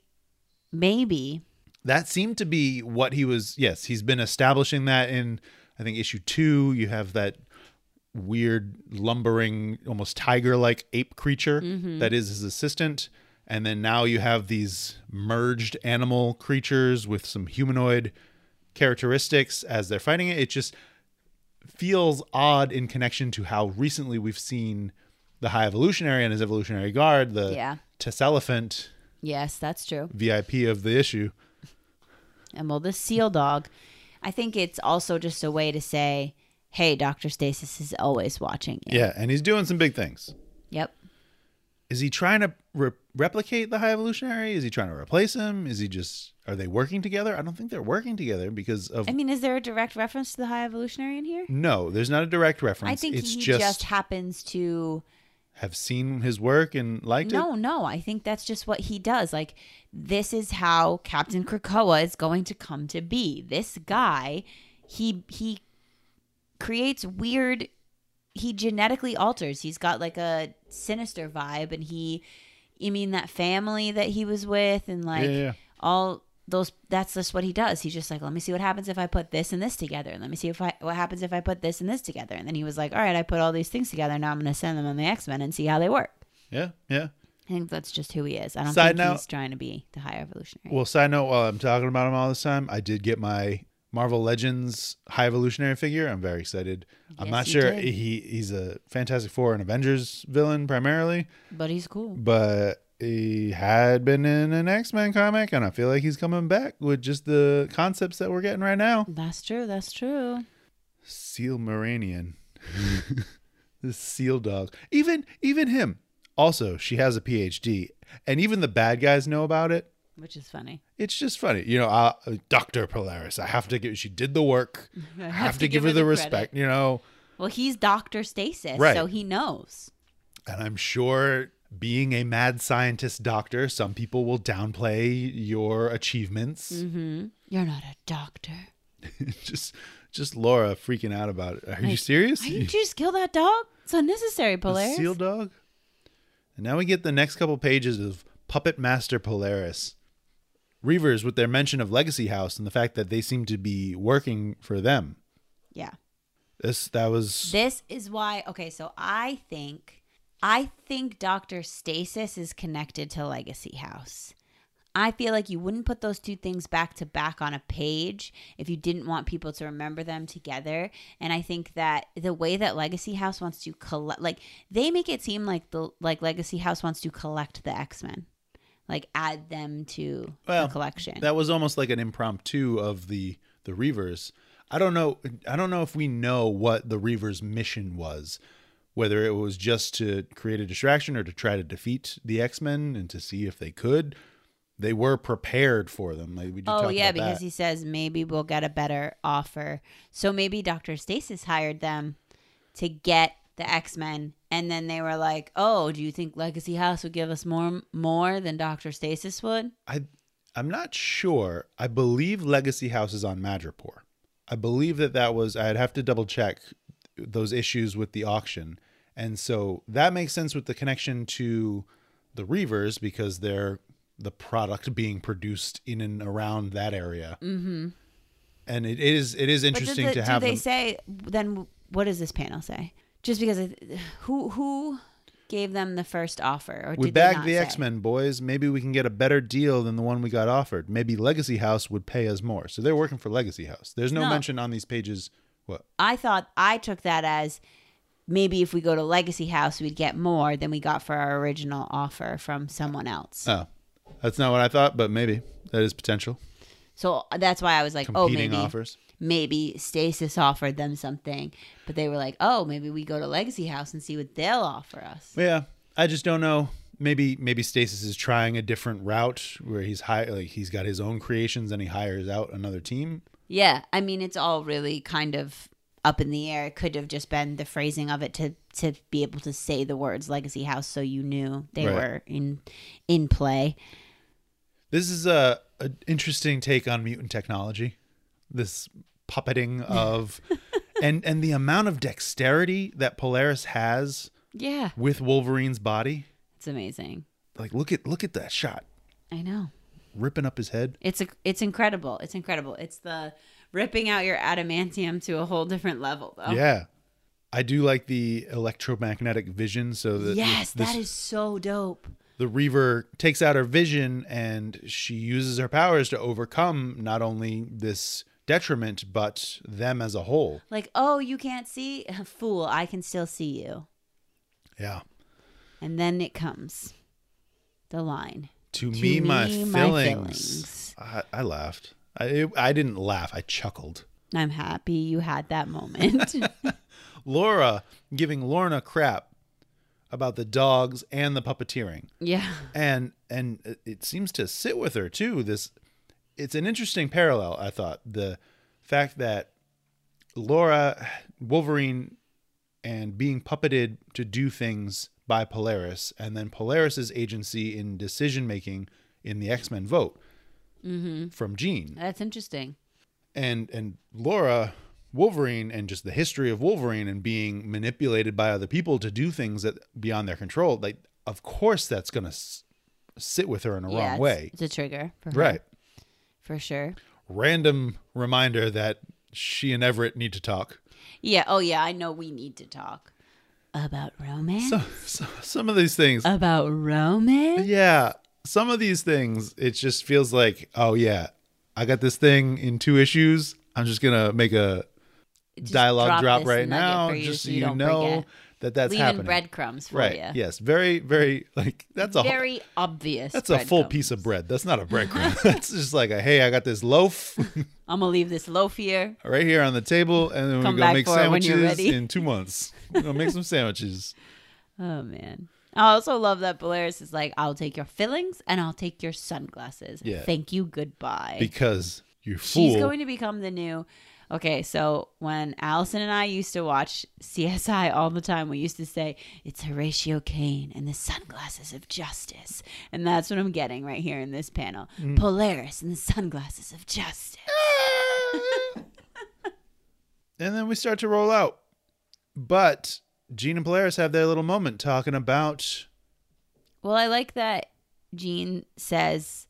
Speaker 2: maybe.
Speaker 1: That seemed to be what he was yes, he's been establishing that in I think issue two. You have that weird lumbering almost tiger-like ape creature that is his assistant and then now you have these merged animal creatures with some humanoid characteristics as they're fighting it it just feels odd in connection to how recently we've seen the high evolutionary and his evolutionary guard the
Speaker 2: Yeah.
Speaker 1: teselephant
Speaker 2: Yes, that's true.
Speaker 1: vip of the issue
Speaker 2: And well, this seal dog, I think it's also just a way to say, hey, Dr. Stasis is always watching you.
Speaker 1: yeah and he's doing some big things
Speaker 2: Yep.
Speaker 1: is he trying to re- replicate the high evolutionary is he trying to replace him is he just are they working together i don't think they're working together because of
Speaker 2: I mean, is there a direct reference to the high evolutionary in here?
Speaker 1: no there's not a direct reference
Speaker 2: I think
Speaker 1: it's
Speaker 2: he
Speaker 1: just,
Speaker 2: just, happens to.
Speaker 1: have seen his work and liked it
Speaker 2: No, no. I think that's just what he does. Like, this is how Captain Krakoa is going to come to be. This guy, he he creates weird. He genetically alters. He's got like a sinister vibe, and he, you mean that family that he was with, and like
Speaker 1: yeah, yeah.
Speaker 2: all those. That's just what he does. He's just like, let me see what happens if I put this and this together, and let me see if I, what happens if I put this and this together. And then he was like, all right, I put all these things together. Now I'm going to send them on the X Men and see how they work.
Speaker 1: yeah yeah
Speaker 2: I think that's just who he is. I don't
Speaker 1: Side
Speaker 2: think
Speaker 1: note-
Speaker 2: he's trying to be the high evolutionary.
Speaker 1: well side note while i'm talking about him all this time i did get my marvel legends high evolutionary figure i'm very excited i'm
Speaker 2: Yes,
Speaker 1: not
Speaker 2: you
Speaker 1: sure
Speaker 2: did.
Speaker 1: he he's a fantastic four and avengers villain primarily
Speaker 2: but he's cool.
Speaker 1: but he had been in an X-Men comic and I feel like he's coming back with just the concepts that we're getting right now.
Speaker 2: That's true. That's true.
Speaker 1: Seal Moranian. the seal dog. Even even him. Also, she has a PhD and even the bad guys know about it.
Speaker 2: Which is funny.
Speaker 1: It's just funny. You know, uh, Dr. Polaris, I have to give she did the work. I have, to, give, her the,
Speaker 2: credit.
Speaker 1: respect, you know.
Speaker 2: Well, he's Dr. Stasis,
Speaker 1: Right.
Speaker 2: so he knows.
Speaker 1: And I'm sure being a mad scientist doctor, some people will downplay your achievements.
Speaker 2: Mm-hmm. You're not a doctor.
Speaker 1: just just Laura freaking out about it. Are you serious?
Speaker 2: Why didn't you just kill that dog? It's unnecessary,
Speaker 1: The
Speaker 2: Polaris.
Speaker 1: seal dog. And now we get the next couple pages of Puppet Master Polaris. Reavers with their mention of Legacy House and the fact that they seem to be working for them.
Speaker 2: Yeah.
Speaker 1: This that was
Speaker 2: This is why. Okay, so I think, I think Doctor Stasis is connected to Legacy House. I feel like you wouldn't put those two things back to back on a page if you didn't want people to remember them together. And I think that the way that Legacy House wants to collect, like they make it seem like the like Legacy House wants to collect the X Men, like add them to
Speaker 1: Well,
Speaker 2: the collection.
Speaker 1: that was almost like an impromptu of the the Reavers. I don't know I don't know if we know what the Reavers mission was. Whether it was just to create a distraction or to try to defeat the X-Men and to see if they could. They were prepared for them. Like we did
Speaker 2: Oh
Speaker 1: talk
Speaker 2: yeah,
Speaker 1: about
Speaker 2: because
Speaker 1: that.
Speaker 2: he says maybe we'll get a better offer. So maybe Dr. Stasis hired them to get the X-Men and then they were like, "Oh, do you think Legacy House would give us more more than Dr. Stasis would?"
Speaker 1: I I'm not sure. I believe Legacy House is on Madripoor. I believe that that was I'd have to double check those issues with the auction. And so that makes sense with the connection to the Reavers because they're the product being produced in and around that area. Mm-hmm. And it is it is
Speaker 2: But did
Speaker 1: interesting
Speaker 2: the-
Speaker 1: to have
Speaker 2: do they
Speaker 1: them.
Speaker 2: say then what does this panel say? Just because I, who who gave them the first offer or
Speaker 1: we
Speaker 2: did they
Speaker 1: bagged
Speaker 2: not
Speaker 1: the
Speaker 2: say?
Speaker 1: X Men boys. Maybe we can get a better deal than the one we got offered. Maybe Legacy House would pay us more. So they're working for Legacy House. There's no,
Speaker 2: No.
Speaker 1: mention on these pages. What?
Speaker 2: I thought I took that as maybe if we go to Legacy House, we'd get more than we got for our original offer from someone else.
Speaker 1: Oh, that's not what I thought, but maybe that is potential.
Speaker 2: So uh, that's why I was like, oh,
Speaker 1: Competing
Speaker 2: maybe
Speaker 1: offers.
Speaker 2: maybe Stasis offered them something, but they were like, oh, maybe we go to Legacy House and see what they'll offer us.
Speaker 1: Yeah, I just don't know. Maybe maybe Stasis is trying a different route where he's high, like he's got his own creations and he hires out another team.
Speaker 2: Yeah, I mean, it's all really kind of up in the air. It could have just been the phrasing of it to to be able to say the words Legacy House, so you knew they
Speaker 1: Right.
Speaker 2: were in in play.
Speaker 1: This is a an interesting take on mutant technology. This puppeting of and and the amount of dexterity that Polaris has
Speaker 2: Yeah,
Speaker 1: with Wolverine's body.
Speaker 2: it's amazing.
Speaker 1: Like look at look at that shot
Speaker 2: I know.
Speaker 1: ripping up his head.
Speaker 2: It's a, it's incredible. It's Oh. incredible. It's the ripping out your adamantium to a whole different level, though.
Speaker 1: Yeah. I do like the electromagnetic vision, so that
Speaker 2: yes,
Speaker 1: this-
Speaker 2: that is so dope.
Speaker 1: the Reaver takes out her vision and she uses her powers to overcome not only this detriment but them as a whole.
Speaker 2: Like, oh, you can't see? Fool, I can still see you.
Speaker 1: Yeah.
Speaker 2: And then it comes the line.
Speaker 1: To,
Speaker 2: To
Speaker 1: me, my
Speaker 2: me,
Speaker 1: feelings.
Speaker 2: my feelings.
Speaker 1: I, I laughed. I it- I didn't laugh. I chuckled.
Speaker 2: I'm happy you had that moment.
Speaker 1: Laura giving Lorna crap about the dogs and the puppeteering.
Speaker 2: yeah.
Speaker 1: and and it- it seems to sit with her too this it's an interesting parallel i thought the fact that laura wolverine and being puppeted to do things by polaris and then polaris's agency in decision making in the x-men vote
Speaker 2: Mm-hmm.
Speaker 1: from jean
Speaker 2: That's interesting.
Speaker 1: and and laura wolverine and just the history of wolverine and being manipulated by other people to do things that beyond their control like of course that's gonna s- sit with her in a
Speaker 2: yeah,
Speaker 1: wrong
Speaker 2: it's-
Speaker 1: way
Speaker 2: It's, a trigger for her,
Speaker 1: Right.
Speaker 2: for sure.
Speaker 1: Random reminder that she and Everett need to talk.
Speaker 2: Yeah. Oh, yeah. I know we need to talk about romance.
Speaker 1: So, so, some of these things,
Speaker 2: about romance?
Speaker 1: yeah, some of these things, it just feels like, oh yeah, I got this thing in two issues. I'm just gonna make a
Speaker 2: Just
Speaker 1: dialogue drop,
Speaker 2: this
Speaker 1: right
Speaker 2: nugget
Speaker 1: now,
Speaker 2: for you
Speaker 1: just so
Speaker 2: you
Speaker 1: you
Speaker 2: don't
Speaker 1: know
Speaker 2: forget.
Speaker 1: that that's
Speaker 2: Leaving
Speaker 1: happening.
Speaker 2: breadcrumbs for
Speaker 1: right?
Speaker 2: you.
Speaker 1: Yes. Very, very like that's a whole,
Speaker 2: Very obvious.
Speaker 1: that's a full
Speaker 2: breadcrumbs.
Speaker 1: piece of bread. That's not a breadcrumb. that's just like a hey, I got this loaf
Speaker 2: I'm gonna leave this loaf here.
Speaker 1: right here on the table, and then
Speaker 2: Come
Speaker 1: we're gonna
Speaker 2: back
Speaker 1: make
Speaker 2: for it when you're
Speaker 1: sandwiches
Speaker 2: ready.
Speaker 1: in two months. We're gonna make some sandwiches.
Speaker 2: Oh man. I also love that Polaris is like, I'll take your fillings and I'll take your sunglasses.
Speaker 1: Yeah.
Speaker 2: Thank you, goodbye.
Speaker 1: because you fool.
Speaker 2: She's going to become the new Okay, so when Allison and I used to watch CSI all the time, we used to say, It's Horatio Kane and the sunglasses of justice. And that's what I'm getting right here in this panel. Polaris and the sunglasses of justice.
Speaker 1: and then we start to roll out. But Gene and Polaris have their little moment talking about
Speaker 2: Well, I like that Jean says,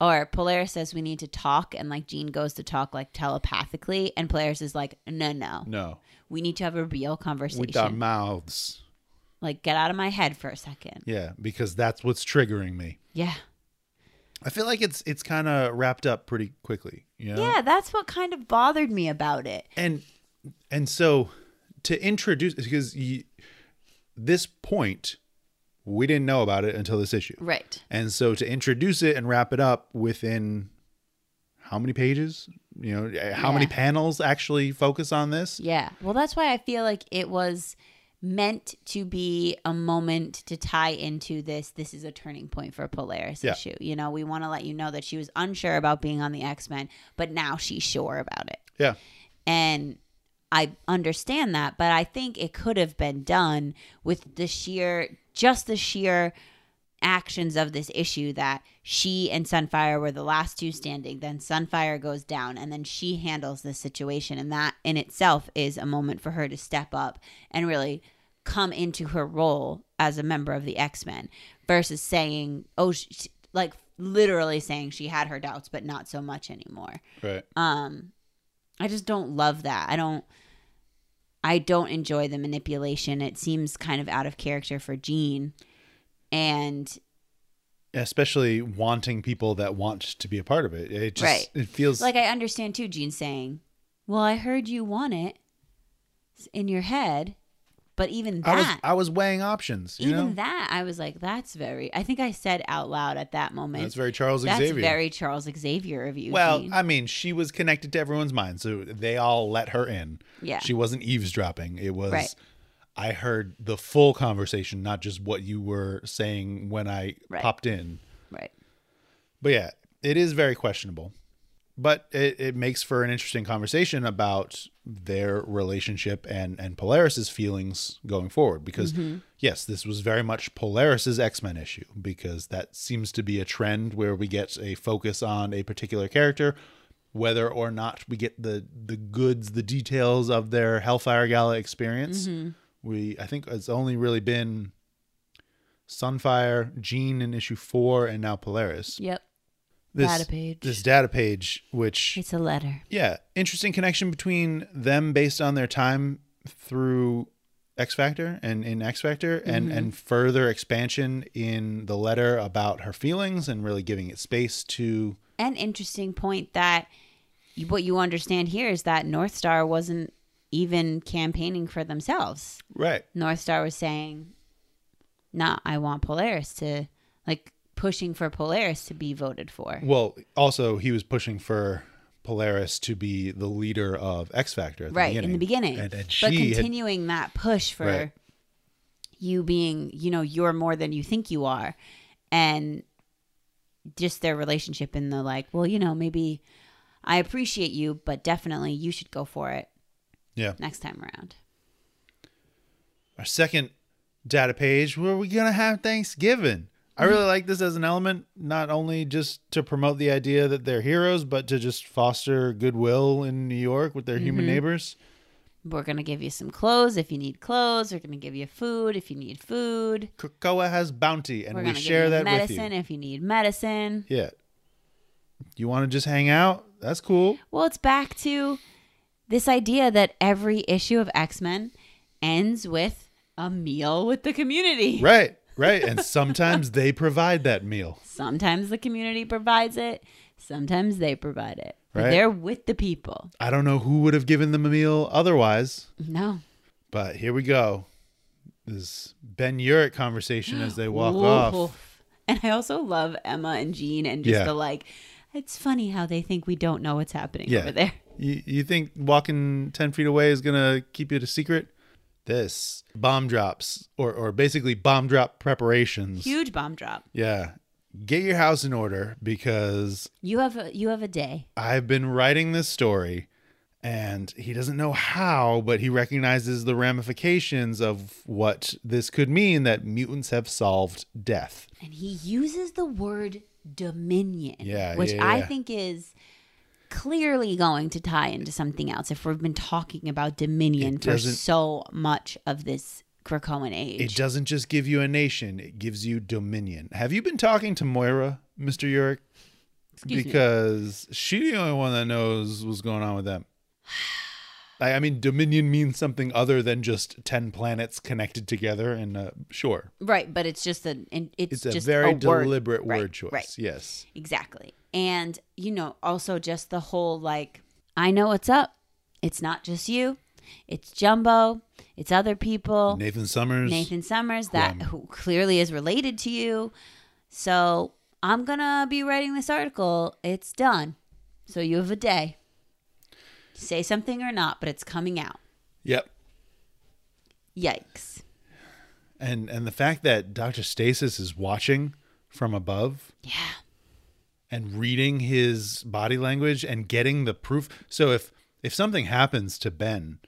Speaker 2: or Polaris says, we need to talk. And like Jean goes to talk like telepathically. And Polaris is like, no, no.
Speaker 1: no
Speaker 2: We need to have a
Speaker 1: with
Speaker 2: real
Speaker 1: our
Speaker 2: conversation.
Speaker 1: mouths.
Speaker 2: like, get out of my head for a second.
Speaker 1: Yeah, because that's what's triggering me.
Speaker 2: Yeah.
Speaker 1: I feel like it's it's kind of wrapped up pretty quickly, you know.
Speaker 2: Yeah, that's what kind of bothered me about it.
Speaker 1: And and so to introduce because you, this point we didn't know about it until this issue.
Speaker 2: Right.
Speaker 1: And so to introduce it and wrap it up within how many pages? You know, eh, how many
Speaker 2: Yeah.
Speaker 1: panels actually focus on this?
Speaker 2: Yeah. Well, that's why I feel like it was meant to be a moment to tie into this. This is a turning point for Polaris
Speaker 1: Yeah.
Speaker 2: issue. You know, we want to let you know that she was unsure about being on the X Men, but now she's sure about it.
Speaker 1: Yeah.
Speaker 2: And I understand that, but I think it could have been done with the sheer, just the sheer actions of this issue that she and Sunfire were the last two standing. Then Sunfire goes down, and then she handles this situation. And that in itself is a moment for her to step up and really come into her role as a member of the X Men versus saying, oh, sh sh- like literally saying she had her doubts, but not so much anymore
Speaker 1: Right.
Speaker 2: um i just don't love that i don't i don't enjoy the manipulation it seems kind of out of character for jean and
Speaker 1: Especially wanting people that want to be a part of it. It just
Speaker 2: Right.
Speaker 1: it feels
Speaker 2: like i understand too jean saying well i heard you want it in your head but even
Speaker 1: I was
Speaker 2: that
Speaker 1: I was weighing options, you
Speaker 2: even
Speaker 1: know.
Speaker 2: that i was like that's very i think i said out loud at that moment
Speaker 1: That's very Charles
Speaker 2: "That's
Speaker 1: Xavier.
Speaker 2: very charles xavier of you
Speaker 1: well,
Speaker 2: Jean."
Speaker 1: I mean, she was connected to everyone's mind, so they all let her in.
Speaker 2: Yeah.
Speaker 1: She wasn't eavesdropping. It was
Speaker 2: Right.
Speaker 1: I heard the full conversation, not just what you were saying when I
Speaker 2: Right.
Speaker 1: popped in.
Speaker 2: right
Speaker 1: But yeah, it is very questionable. But it, it makes for an interesting conversation about their relationship and, and Polaris's feelings going forward. Because, yes, this was very much Polaris's X Men issue, because that seems to be a trend where we get a focus on a particular character, whether or not we get the, the goods, the details of their Hellfire Gala experience. We I think it's only really been Sunfire, Jean in issue four, and now Polaris
Speaker 2: yep
Speaker 1: this
Speaker 2: Data page.
Speaker 1: This data page, which
Speaker 2: it's a letter
Speaker 1: yeah, interesting connection between them based on their time through X Factor and in X Factor and
Speaker 2: Mm-hmm.
Speaker 1: and further expansion in the letter about her feelings and really giving it space to
Speaker 2: an interesting point that you, what you understand here is that North Star wasn't even campaigning for themselves.
Speaker 1: right
Speaker 2: North Star was saying, "Nah, I want Polaris to like pushing for Polaris to be voted for."
Speaker 1: Well, also he was pushing for Polaris to be the leader of X Factor, at
Speaker 2: right in the beginning,
Speaker 1: and, and
Speaker 2: but
Speaker 1: she had,
Speaker 2: continuing that push for
Speaker 1: Right.
Speaker 2: you being, you know, you're more than you think you are, and just their relationship in the like, well, you know, maybe I appreciate you, but definitely you should go for it
Speaker 1: yeah.
Speaker 2: next time around.
Speaker 1: Our second data page where we're gonna have Thanksgiving. I
Speaker 2: Mm-hmm.
Speaker 1: really like this as an element, not only just to promote the idea that they're heroes, but to just foster goodwill in New York with their human
Speaker 2: Mm-hmm.
Speaker 1: neighbors.
Speaker 2: We're gonna give you some clothes if you need clothes. We're gonna give you food if you need food.
Speaker 1: Krakoa has bounty, and
Speaker 2: We're
Speaker 1: we
Speaker 2: gonna
Speaker 1: share
Speaker 2: give
Speaker 1: that
Speaker 2: you medicine
Speaker 1: with
Speaker 2: if you need medicine.
Speaker 1: you. Yeah. You want to just hang out? That's cool.
Speaker 2: Well, it's back to this idea that every issue of X Men ends with a meal with the community.
Speaker 1: Right, right. And sometimes they provide that meal.
Speaker 2: Sometimes the community provides it. Sometimes they provide it. But
Speaker 1: Right.
Speaker 2: They're with the people.
Speaker 1: I don't know who would have given them a meal otherwise,
Speaker 2: No.
Speaker 1: but here we go. This Ben Urich conversation as they walk off.
Speaker 2: Oof. And I also love Emma and Jean and just
Speaker 1: Yeah.
Speaker 2: the like. It's funny how they think we don't know what's happening
Speaker 1: Yeah.
Speaker 2: over there.
Speaker 1: You, you think walking 10 feet away is going to keep it a secret? This bomb drops, or, or basically bomb drop preparations.
Speaker 2: Huge bomb drop.
Speaker 1: Yeah. Get your house in order because
Speaker 2: You have a, you have a day.
Speaker 1: I've been writing this story and he doesn't know how, but he recognizes the ramifications of what this could mean that mutants have solved death.
Speaker 2: and he uses the word dominion,
Speaker 1: Yeah,
Speaker 2: which
Speaker 1: yeah,
Speaker 2: I
Speaker 1: yeah.
Speaker 2: think is clearly going to tie into something else. If we've been talking about dominion
Speaker 1: It
Speaker 2: for
Speaker 1: doesn't-
Speaker 2: so much of this Krakoan
Speaker 1: It
Speaker 2: age,
Speaker 1: doesn't just give you a nation, it gives you dominion. Have you been talking to Moira, Mr. Yurick?
Speaker 2: Excuse me.
Speaker 1: because she the only one that knows what's going on with them. I I mean, dominion means something other than just 10 planets connected together. And uh, sure,
Speaker 2: right? But it's just an and it's,
Speaker 1: it's a
Speaker 2: just
Speaker 1: very
Speaker 2: word.
Speaker 1: deliberate word,
Speaker 2: Right,
Speaker 1: choice.
Speaker 2: right?
Speaker 1: Yes.
Speaker 2: Exactly. And, you know, also just the whole like, I know what's up. It's not just you, it's Jumbo, it's other people,
Speaker 1: Nathan Summers.
Speaker 2: Nathan Summers, that who clearly is related to you. So I'm going to be writing this article. It's done. So you have a day. Say something or not, but it's coming out.
Speaker 1: Yep.
Speaker 2: Yikes.
Speaker 1: and and the fact that Doctor Stasis is watching from above
Speaker 2: Yeah.
Speaker 1: and reading his body language and getting the proof. So if if something happens to Ben,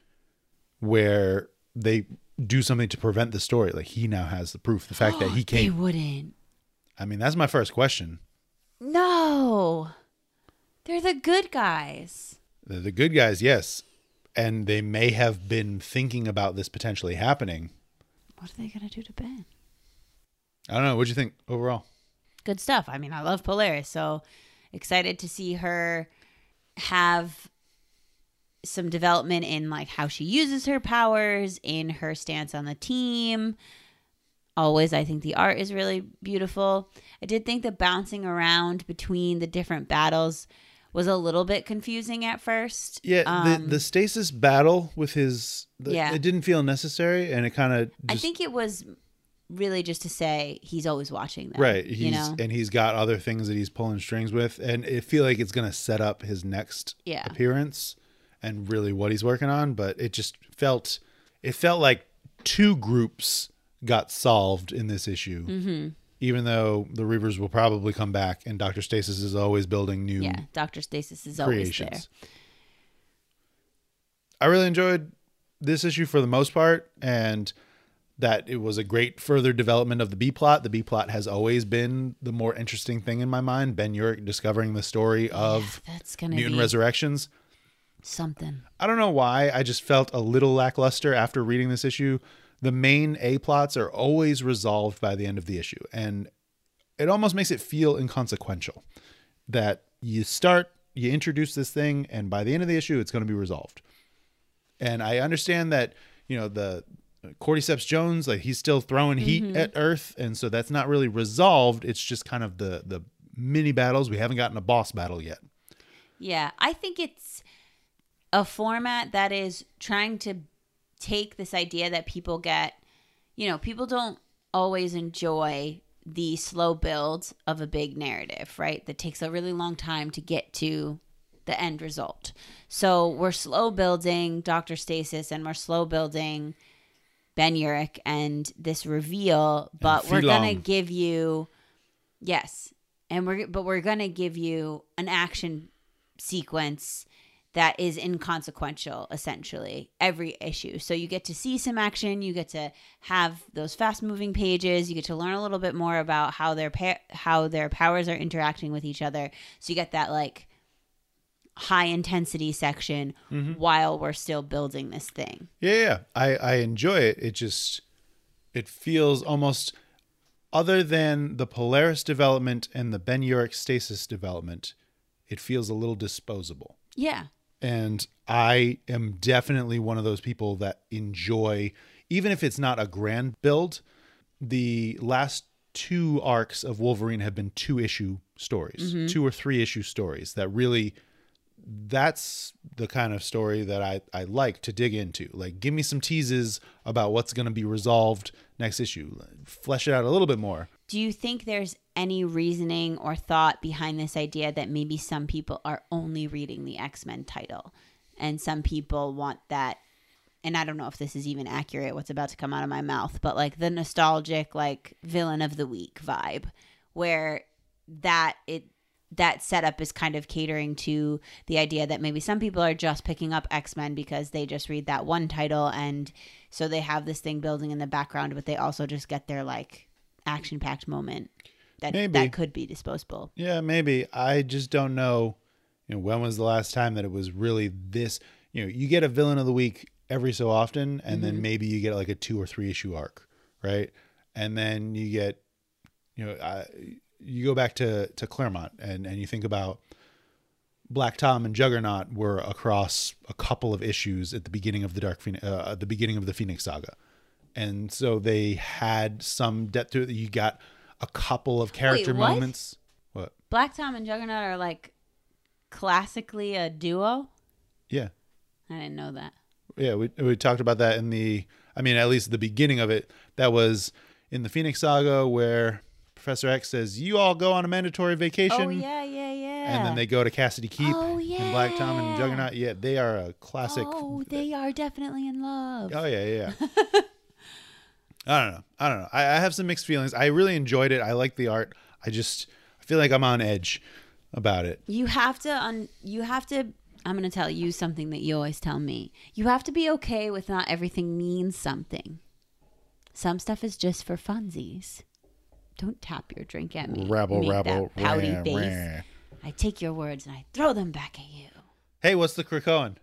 Speaker 1: where they do something to prevent the story, like he now has the proof. The fact that he
Speaker 2: They
Speaker 1: came.
Speaker 2: wouldn't.
Speaker 1: I mean, that's my first question.
Speaker 2: No. They're the good guys.
Speaker 1: The, the good guys, yes, and they may have been thinking about this potentially happening.
Speaker 2: What are they going to do to Ben?
Speaker 1: I don't know. What do you think overall?
Speaker 2: good stuff. I mean, I love Polaris, so excited to see her have some development in like how she uses her powers, in her stance on the team. Always, I think the art is really beautiful. I did think the bouncing around between the different battles was a little bit confusing at first.
Speaker 1: Yeah,
Speaker 2: Um,
Speaker 1: the, the stasis battle with his, the,
Speaker 2: Yeah.
Speaker 1: it didn't feel necessary, and it kind of
Speaker 2: I
Speaker 1: just
Speaker 2: think it was really just to say he's always watching them.
Speaker 1: right he's
Speaker 2: you know?
Speaker 1: and he's got other things that he's pulling strings with and it feel like it's going to set up his next
Speaker 2: Yeah.
Speaker 1: appearance and really what he's working on but it just felt it felt like two groups got solved in this issue
Speaker 2: Mm-hmm.
Speaker 1: even though the reavers will probably come back and dr stasis is always building new
Speaker 2: Yeah. Dr. Stasis is always there.
Speaker 1: creations i really enjoyed this issue for the most part and that it was a great further development of the B plot. The B plot has always been the more interesting thing in my mind. Ben Urich discovering the story of
Speaker 2: That's going to
Speaker 1: mutant
Speaker 2: be
Speaker 1: resurrections.
Speaker 2: something.
Speaker 1: I don't know why. I just felt a little lackluster after reading this issue. The main A plots are always resolved by the end of the issue, and it almost makes it feel inconsequential that you start, you introduce this thing, and by the end of the issue, it's going to be resolved. And I understand that, you know, the Cordyceps Jones, like he's still throwing heat at Earth, and so that's not really resolved. It's just kind of the the mini battles. We haven't gotten a boss battle yet.
Speaker 2: Yeah, I think it's a format that is trying to take this idea that people get, you know, people don't always enjoy the slow build of a big narrative, right? That takes a really long time to get to the end result. So we're slow building Dr. Stasis and we're slow building Ben Urich and this reveal, but we're going to
Speaker 1: Phelon.
Speaker 2: give you yes. And we're but we're going to give you an action sequence that is inconsequential essentially every issue. So you get to see some action, you get to have those fast moving pages, you get to learn a little bit more about how their pa- how their powers are interacting with each other. So you get that like high intensity section while we're still building this thing.
Speaker 1: Yeah, yeah. I I enjoy it. It just it feels almost other than the Polaris development and the Ben Urich stasis development, it feels a little disposable.
Speaker 2: Yeah.
Speaker 1: And I am definitely one of those people that enjoy, even if it's not a grand build, the last two arcs of Wolverine have been two issue stories, two or three issue stories that really that's the kind of story that I, I like to dig into. Like, give me some teases about what's going to be resolved next issue. Flesh it out a little bit more.
Speaker 2: Do you think there's any reasoning or thought behind this idea that maybe some people are only reading the X Men title and some people want that? And I don't know if this is even accurate, what's about to come out of my mouth, but like the nostalgic, like villain of the week vibe, where that it that setup is kind of catering to the idea that maybe some people are just picking up X-Men because they just read that one title and so they have this thing building in the background but they also just get their like action-packed moment that
Speaker 1: Maybe.
Speaker 2: that could be disposable.
Speaker 1: Yeah, maybe. I just don't know, you know, when was the last time that it was really this, you know, you get a villain of the week every so often and then maybe you get like a two or three issue arc, right? And then you get you know, I, you go back to to Claremont and and you think about Black Tom and Juggernaut were across a couple of issues at the beginning of the Dark Phoenix, uh, at the beginning of the Phoenix Saga, and so they had some depth to it. You got a couple of character
Speaker 2: what?
Speaker 1: moments. What?
Speaker 2: Black Tom and Juggernaut are like classically a duo.
Speaker 1: Yeah,
Speaker 2: I didn't know that.
Speaker 1: yeah. We we talked about that in the. I mean, at least the beginning of it. That was in the Phoenix Saga where Professor X says, "You all go on a mandatory vacation."
Speaker 2: Oh yeah, yeah, yeah.
Speaker 1: and then they go to Cassidy Keep
Speaker 2: Oh,
Speaker 1: and Black Tom and
Speaker 2: yeah.
Speaker 1: Juggernaut. Yeah, they are a classic.
Speaker 2: Oh, they are definitely in love.
Speaker 1: Oh, yeah, yeah. yeah. I don't know. I don't know. I, I have some mixed feelings. I really enjoyed it. I like the art. I just I feel like I'm on edge about it.
Speaker 2: you have to un- you have to i'm going to tell you something that you always tell me you have to be okay with not everything means something some stuff is just for funsies don't tap your drink at me
Speaker 1: Rabble,
Speaker 2: Make
Speaker 1: rabble,
Speaker 2: that pouty
Speaker 1: rah,
Speaker 2: face
Speaker 1: rah.
Speaker 2: i take your words and i throw them back at you
Speaker 1: Hey, what's the Krakoan?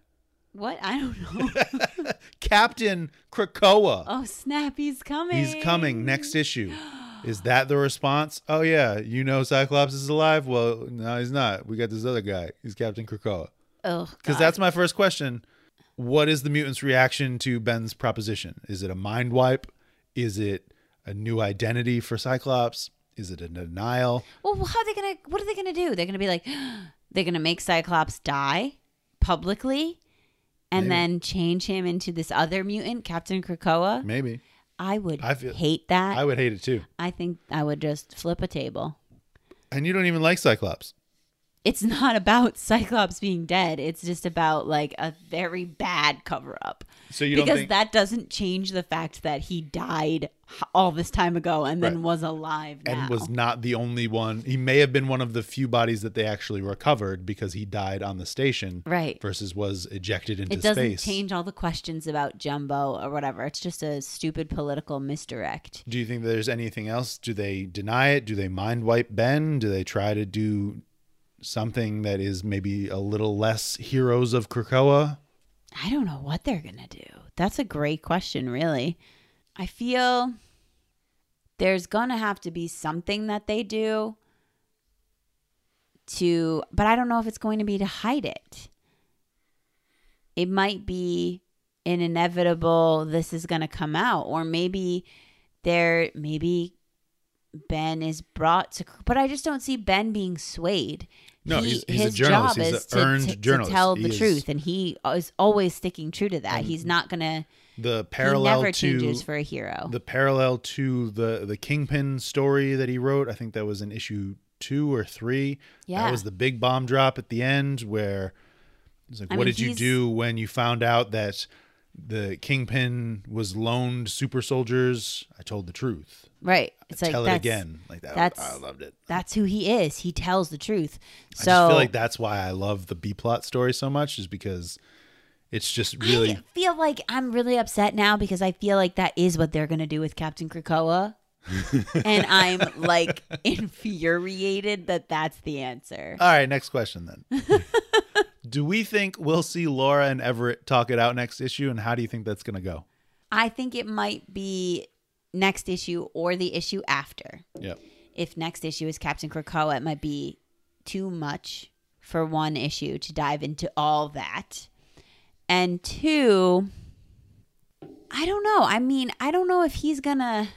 Speaker 2: what i don't know
Speaker 1: Captain Krakoa.
Speaker 2: oh snappy's coming
Speaker 1: He's coming next issue. Is that the response? Oh yeah, you know Cyclops is alive. Well, no, he's not. We got this other guy. He's Captain Krakoa.
Speaker 2: oh
Speaker 1: Because that's my first question. What is the mutant's reaction to Ben's proposition? Is it a mind wipe? Is it a new identity for Cyclops? Is it a denial?
Speaker 2: Well, how are they gonna? What are they gonna do? They're gonna be like, they're gonna make Cyclops die publicly, and
Speaker 1: Maybe.
Speaker 2: then change him into this other mutant, Captain Krakoa.
Speaker 1: Maybe.
Speaker 2: I would
Speaker 1: I feel-
Speaker 2: hate that.
Speaker 1: I
Speaker 2: I,
Speaker 1: would hate it too.
Speaker 2: think I would just flip a table.
Speaker 1: And you don't even like Cyclops.
Speaker 2: It's not about Cyclops being dead. It's just about like a very bad cover up
Speaker 1: So you don't
Speaker 2: because
Speaker 1: think
Speaker 2: that doesn't change the fact that he died h- all this time ago and then was alive now.
Speaker 1: and was not the only one. He may have been one of the few bodies that they actually recovered because he died on the station
Speaker 2: right.
Speaker 1: versus was ejected into
Speaker 2: it doesn't
Speaker 1: space.
Speaker 2: change all the questions about Jumbo or whatever. It's just a stupid political misdirect.
Speaker 1: Do you think there's anything else? Do they deny it? Do they mind wipe Ben? Do they try to do something that is maybe a little less heroes of Krakoa?
Speaker 2: I don't know what they're going to do. That's a great question, really. I feel there's going to have to be something that they do to, but I don't know if it's going to be to hide it. It might be an inevitable this is going to come out or maybe there maybe Ben is brought to but I just don't see Ben being swayed.
Speaker 1: No,
Speaker 2: He-
Speaker 1: he's- he's a
Speaker 2: his
Speaker 1: journalist.
Speaker 2: job
Speaker 1: He's
Speaker 2: is
Speaker 1: a
Speaker 2: to,
Speaker 1: earned
Speaker 2: to- to
Speaker 1: journalist.
Speaker 2: tell
Speaker 1: He
Speaker 2: the
Speaker 1: is-
Speaker 2: truth and he is always sticking true to that. He's not going to
Speaker 1: The
Speaker 2: he
Speaker 1: parallel
Speaker 2: never
Speaker 1: to
Speaker 2: changes for a hero.
Speaker 1: the parallel to the the Kingpin story that he wrote. I think that was in issue two or three.
Speaker 2: Yeah.
Speaker 1: that was the big bomb drop at the end where it's like,
Speaker 2: I
Speaker 1: what
Speaker 2: mean,
Speaker 1: did you
Speaker 2: he's-
Speaker 1: do when you found out that the Kingpin was loaned super soldiers? I told the truth.
Speaker 2: right. It's like
Speaker 1: Tell it
Speaker 2: that's,
Speaker 1: again. Like that.
Speaker 2: that's-
Speaker 1: I loved it.
Speaker 2: That's who he is. He tells the truth. So
Speaker 1: I just feel like that's why I love the B plot story so much, is because it's just really.
Speaker 2: I feel like I'm really upset now because I feel like that is what they're going to do with Captain Krakoa. and I'm like infuriated that that's the answer.
Speaker 1: All right, next question then. do we think we'll see Laura and Everett talk it out next issue, and how do you think that's going to go?
Speaker 2: I think it might be next issue or the issue after.
Speaker 1: Yep.
Speaker 2: If next issue is Captain Krakoa, it might be too much for one issue to dive into all that. And two, I don't know. I mean, I don't know if he's going to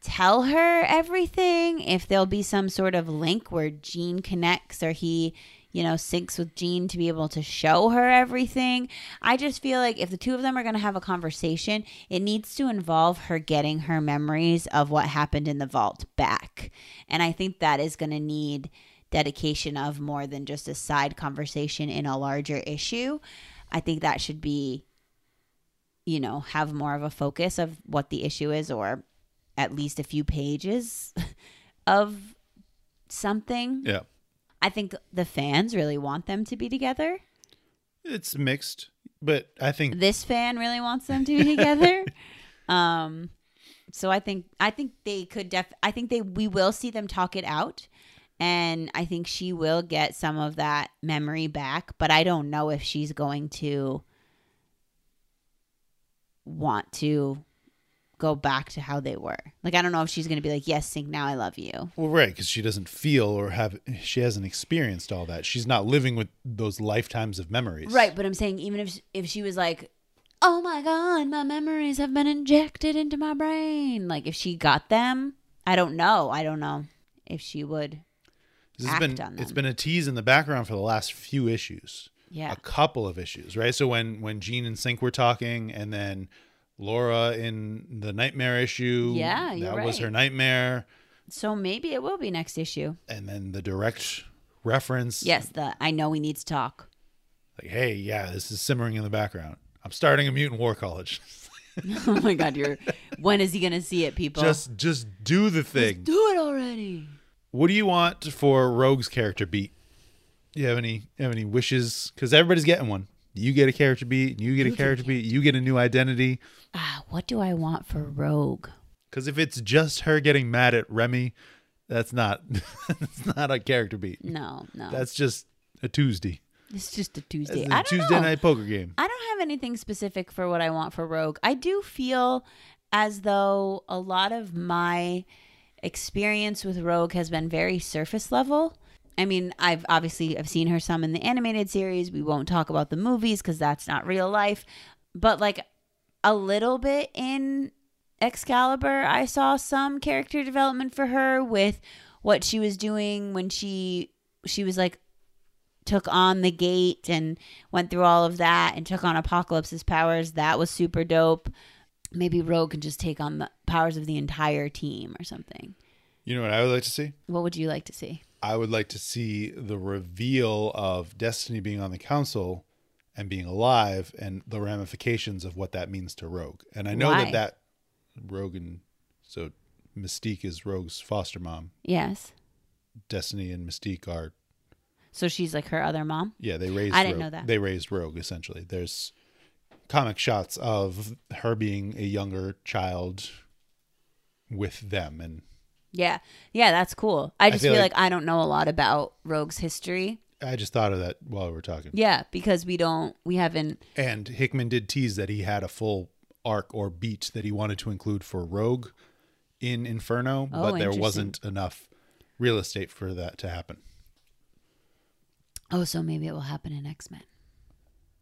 Speaker 2: tell her everything, if there'll be some sort of link where Jean connects or he, you know, syncs with Jean to be able to show her everything. I just feel like if the two of them are going to have a conversation, it needs to involve her getting her memories of what happened in the vault back. And I think that is going to need dedication of more than just a side conversation in a larger issue. I think that should be you know, have more of a focus of what the issue is or at least a few pages of something.
Speaker 1: Yeah.
Speaker 2: I think the fans really want them to be together.
Speaker 1: It's mixed, but I think
Speaker 2: This fan really wants them to be together. um so I think I think they could def I think they we will see them talk it out and I think she will get some of that memory back, but I don't know if she's going to want to go back to how they were. Like I don't know if she's going to be like, "Yes, sing now I love you."
Speaker 1: Well, right, because she doesn't feel or have, she hasn't experienced all that. She's not living with those lifetimes of memories.
Speaker 2: Right, but I'm saying even if if she was like, "Oh my god, my memories have been injected into my brain." Like if she got them, I don't know. I don't know if she would.
Speaker 1: This has
Speaker 2: Act
Speaker 1: been,
Speaker 2: on
Speaker 1: It's
Speaker 2: them.
Speaker 1: been a tease in the background for the last few issues,
Speaker 2: Yeah.
Speaker 1: a couple of issues, right? So when, when Gene and Sink were talking, and then Laura in the nightmare issue,
Speaker 2: Yeah, you're
Speaker 1: that was her
Speaker 2: right.
Speaker 1: nightmare,
Speaker 2: So maybe it will be next issue.
Speaker 1: and then the direct reference,
Speaker 2: Yes, the I know we need to talk.
Speaker 1: like, hey, yeah, this is simmering in the background. I'm starting a mutant war college.
Speaker 2: oh my god, you're when is he going to see it, people?
Speaker 1: just, just do the thing.
Speaker 2: do it already.
Speaker 1: What do you want for Rogue's character beat? You have any have any wishes? Because everybody's getting one. You get a character beat. You get a character beat. You get a new identity.
Speaker 2: Ah, what do I want for Rogue?
Speaker 1: Because if it's just her getting mad at Remy, that's not that's not a character beat.
Speaker 2: No, no.
Speaker 1: That's just a Tuesday.
Speaker 2: it's just a
Speaker 1: That's
Speaker 2: Tuesday.
Speaker 1: a
Speaker 2: I don't
Speaker 1: Tuesday
Speaker 2: know.
Speaker 1: night poker game.
Speaker 2: I don't have anything specific for what I want for Rogue. I do feel as though a lot of my experience with Rogue has been very surface level. I mean, I've obviously I've seen her some in the animated series. We won't talk about the movies cuz that's not real life, but like a little bit in Excalibur, I saw some character development for her with what she was doing when she she was like took on the gate and went through all of that and took on Apocalypse's powers. That was super dope. Maybe Rogue can just take on the powers of the entire team or something.
Speaker 1: You know what I would like to see?
Speaker 2: What would you like to see?
Speaker 1: I would like to see the reveal of Destiny being on the council and being alive and the ramifications of what that means to Rogue. And I know
Speaker 2: Why?
Speaker 1: that that Rogue and so Mystique is Rogue's foster mom.
Speaker 2: Yes.
Speaker 1: Destiny and Mystique are
Speaker 2: So she's like her other mom.
Speaker 1: yeah, they raised
Speaker 2: I didn't
Speaker 1: Rogue.
Speaker 2: know that.
Speaker 1: They raised Rogue essentially. There's comic shots of her being a younger child with them and
Speaker 2: Yeah. Yeah, that's cool. I just
Speaker 1: feel
Speaker 2: feel,
Speaker 1: like-
Speaker 2: like, I don't know a lot about Rogue's history.
Speaker 1: I just thought of that while we were talking.
Speaker 2: Yeah, because we don't we haven't
Speaker 1: And Hickman did tease that he had a full arc or beat that he wanted to include for Rogue in Inferno,
Speaker 2: Oh,
Speaker 1: but there
Speaker 2: interesting.
Speaker 1: wasn't enough real estate for that to happen.
Speaker 2: Oh, so maybe it will happen in X-Men.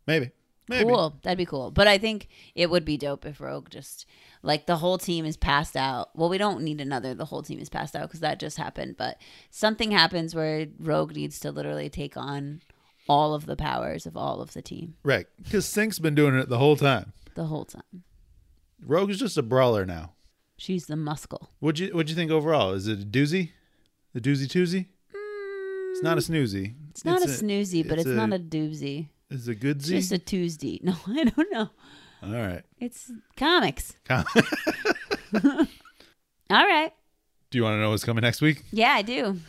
Speaker 1: Maybe. Maybe.
Speaker 2: Cool. That'd be cool. But I think it would be dope if Rogue just like the whole team is passed out. Well, we don't need another the whole team is passed out cuz that just happened, but something happens where Rogue needs to literally take on all of the powers of all of the team
Speaker 1: Right. Because Sink's been doing it the whole time.
Speaker 2: the whole time.
Speaker 1: Rogue is just a brawler now.
Speaker 2: She's the muscle.
Speaker 1: What'd you what'd you think overall? Is it a doozy? A doozy toozy? It's not a snoozy.
Speaker 2: Mm, It's not a, snoozy, but it's, not a doozy.
Speaker 1: It's a good
Speaker 2: It's just a Tuesday. No, I don't know.
Speaker 1: All right.
Speaker 2: It's comics.
Speaker 1: Com-
Speaker 2: All right.
Speaker 1: Do you want to know what's coming next week?
Speaker 2: Yeah, I do.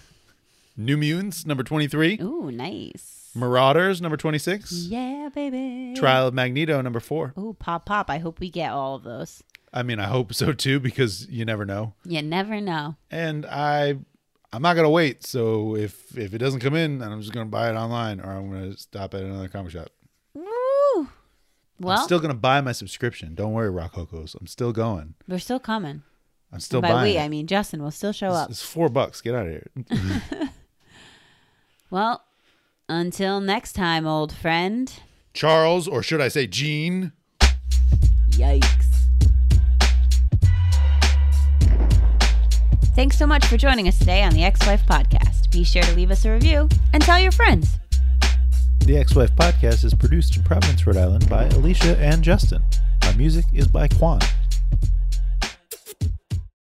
Speaker 1: New Mutants number twenty three,
Speaker 2: Ooh, nice.
Speaker 1: Marauders number twenty six,
Speaker 2: Yeah, baby.
Speaker 1: Trial of Magneto number four.
Speaker 2: Ooh, pop pop. I hope we get all of those.
Speaker 1: I mean, I hope so too because you never know.
Speaker 2: You never know.
Speaker 1: And I, I'm not gonna wait. So if if it doesn't come in, then I'm just gonna buy it online, or I'm gonna stop at another comic shop.
Speaker 2: Woo! Well,
Speaker 1: I'm still gonna buy my subscription. Don't worry, Rock Hocos. I'm still going.
Speaker 2: we're still coming.
Speaker 1: I'm still
Speaker 2: By
Speaker 1: buying.
Speaker 2: we,
Speaker 1: it.
Speaker 2: I mean Justin will still show
Speaker 1: It's-
Speaker 2: up.
Speaker 1: It's four bucks. Get out of here.
Speaker 2: Well, until next time, old friend.
Speaker 1: Charles, or should I say Gene?
Speaker 2: Yikes. Thanks so much for joining us today on the Ex Wife Podcast. Be sure to leave us a review and tell your friends.
Speaker 1: The Ex Wife Podcast is produced in Providence, Rhode Island by Alicia and Justin. Our music is by Quan.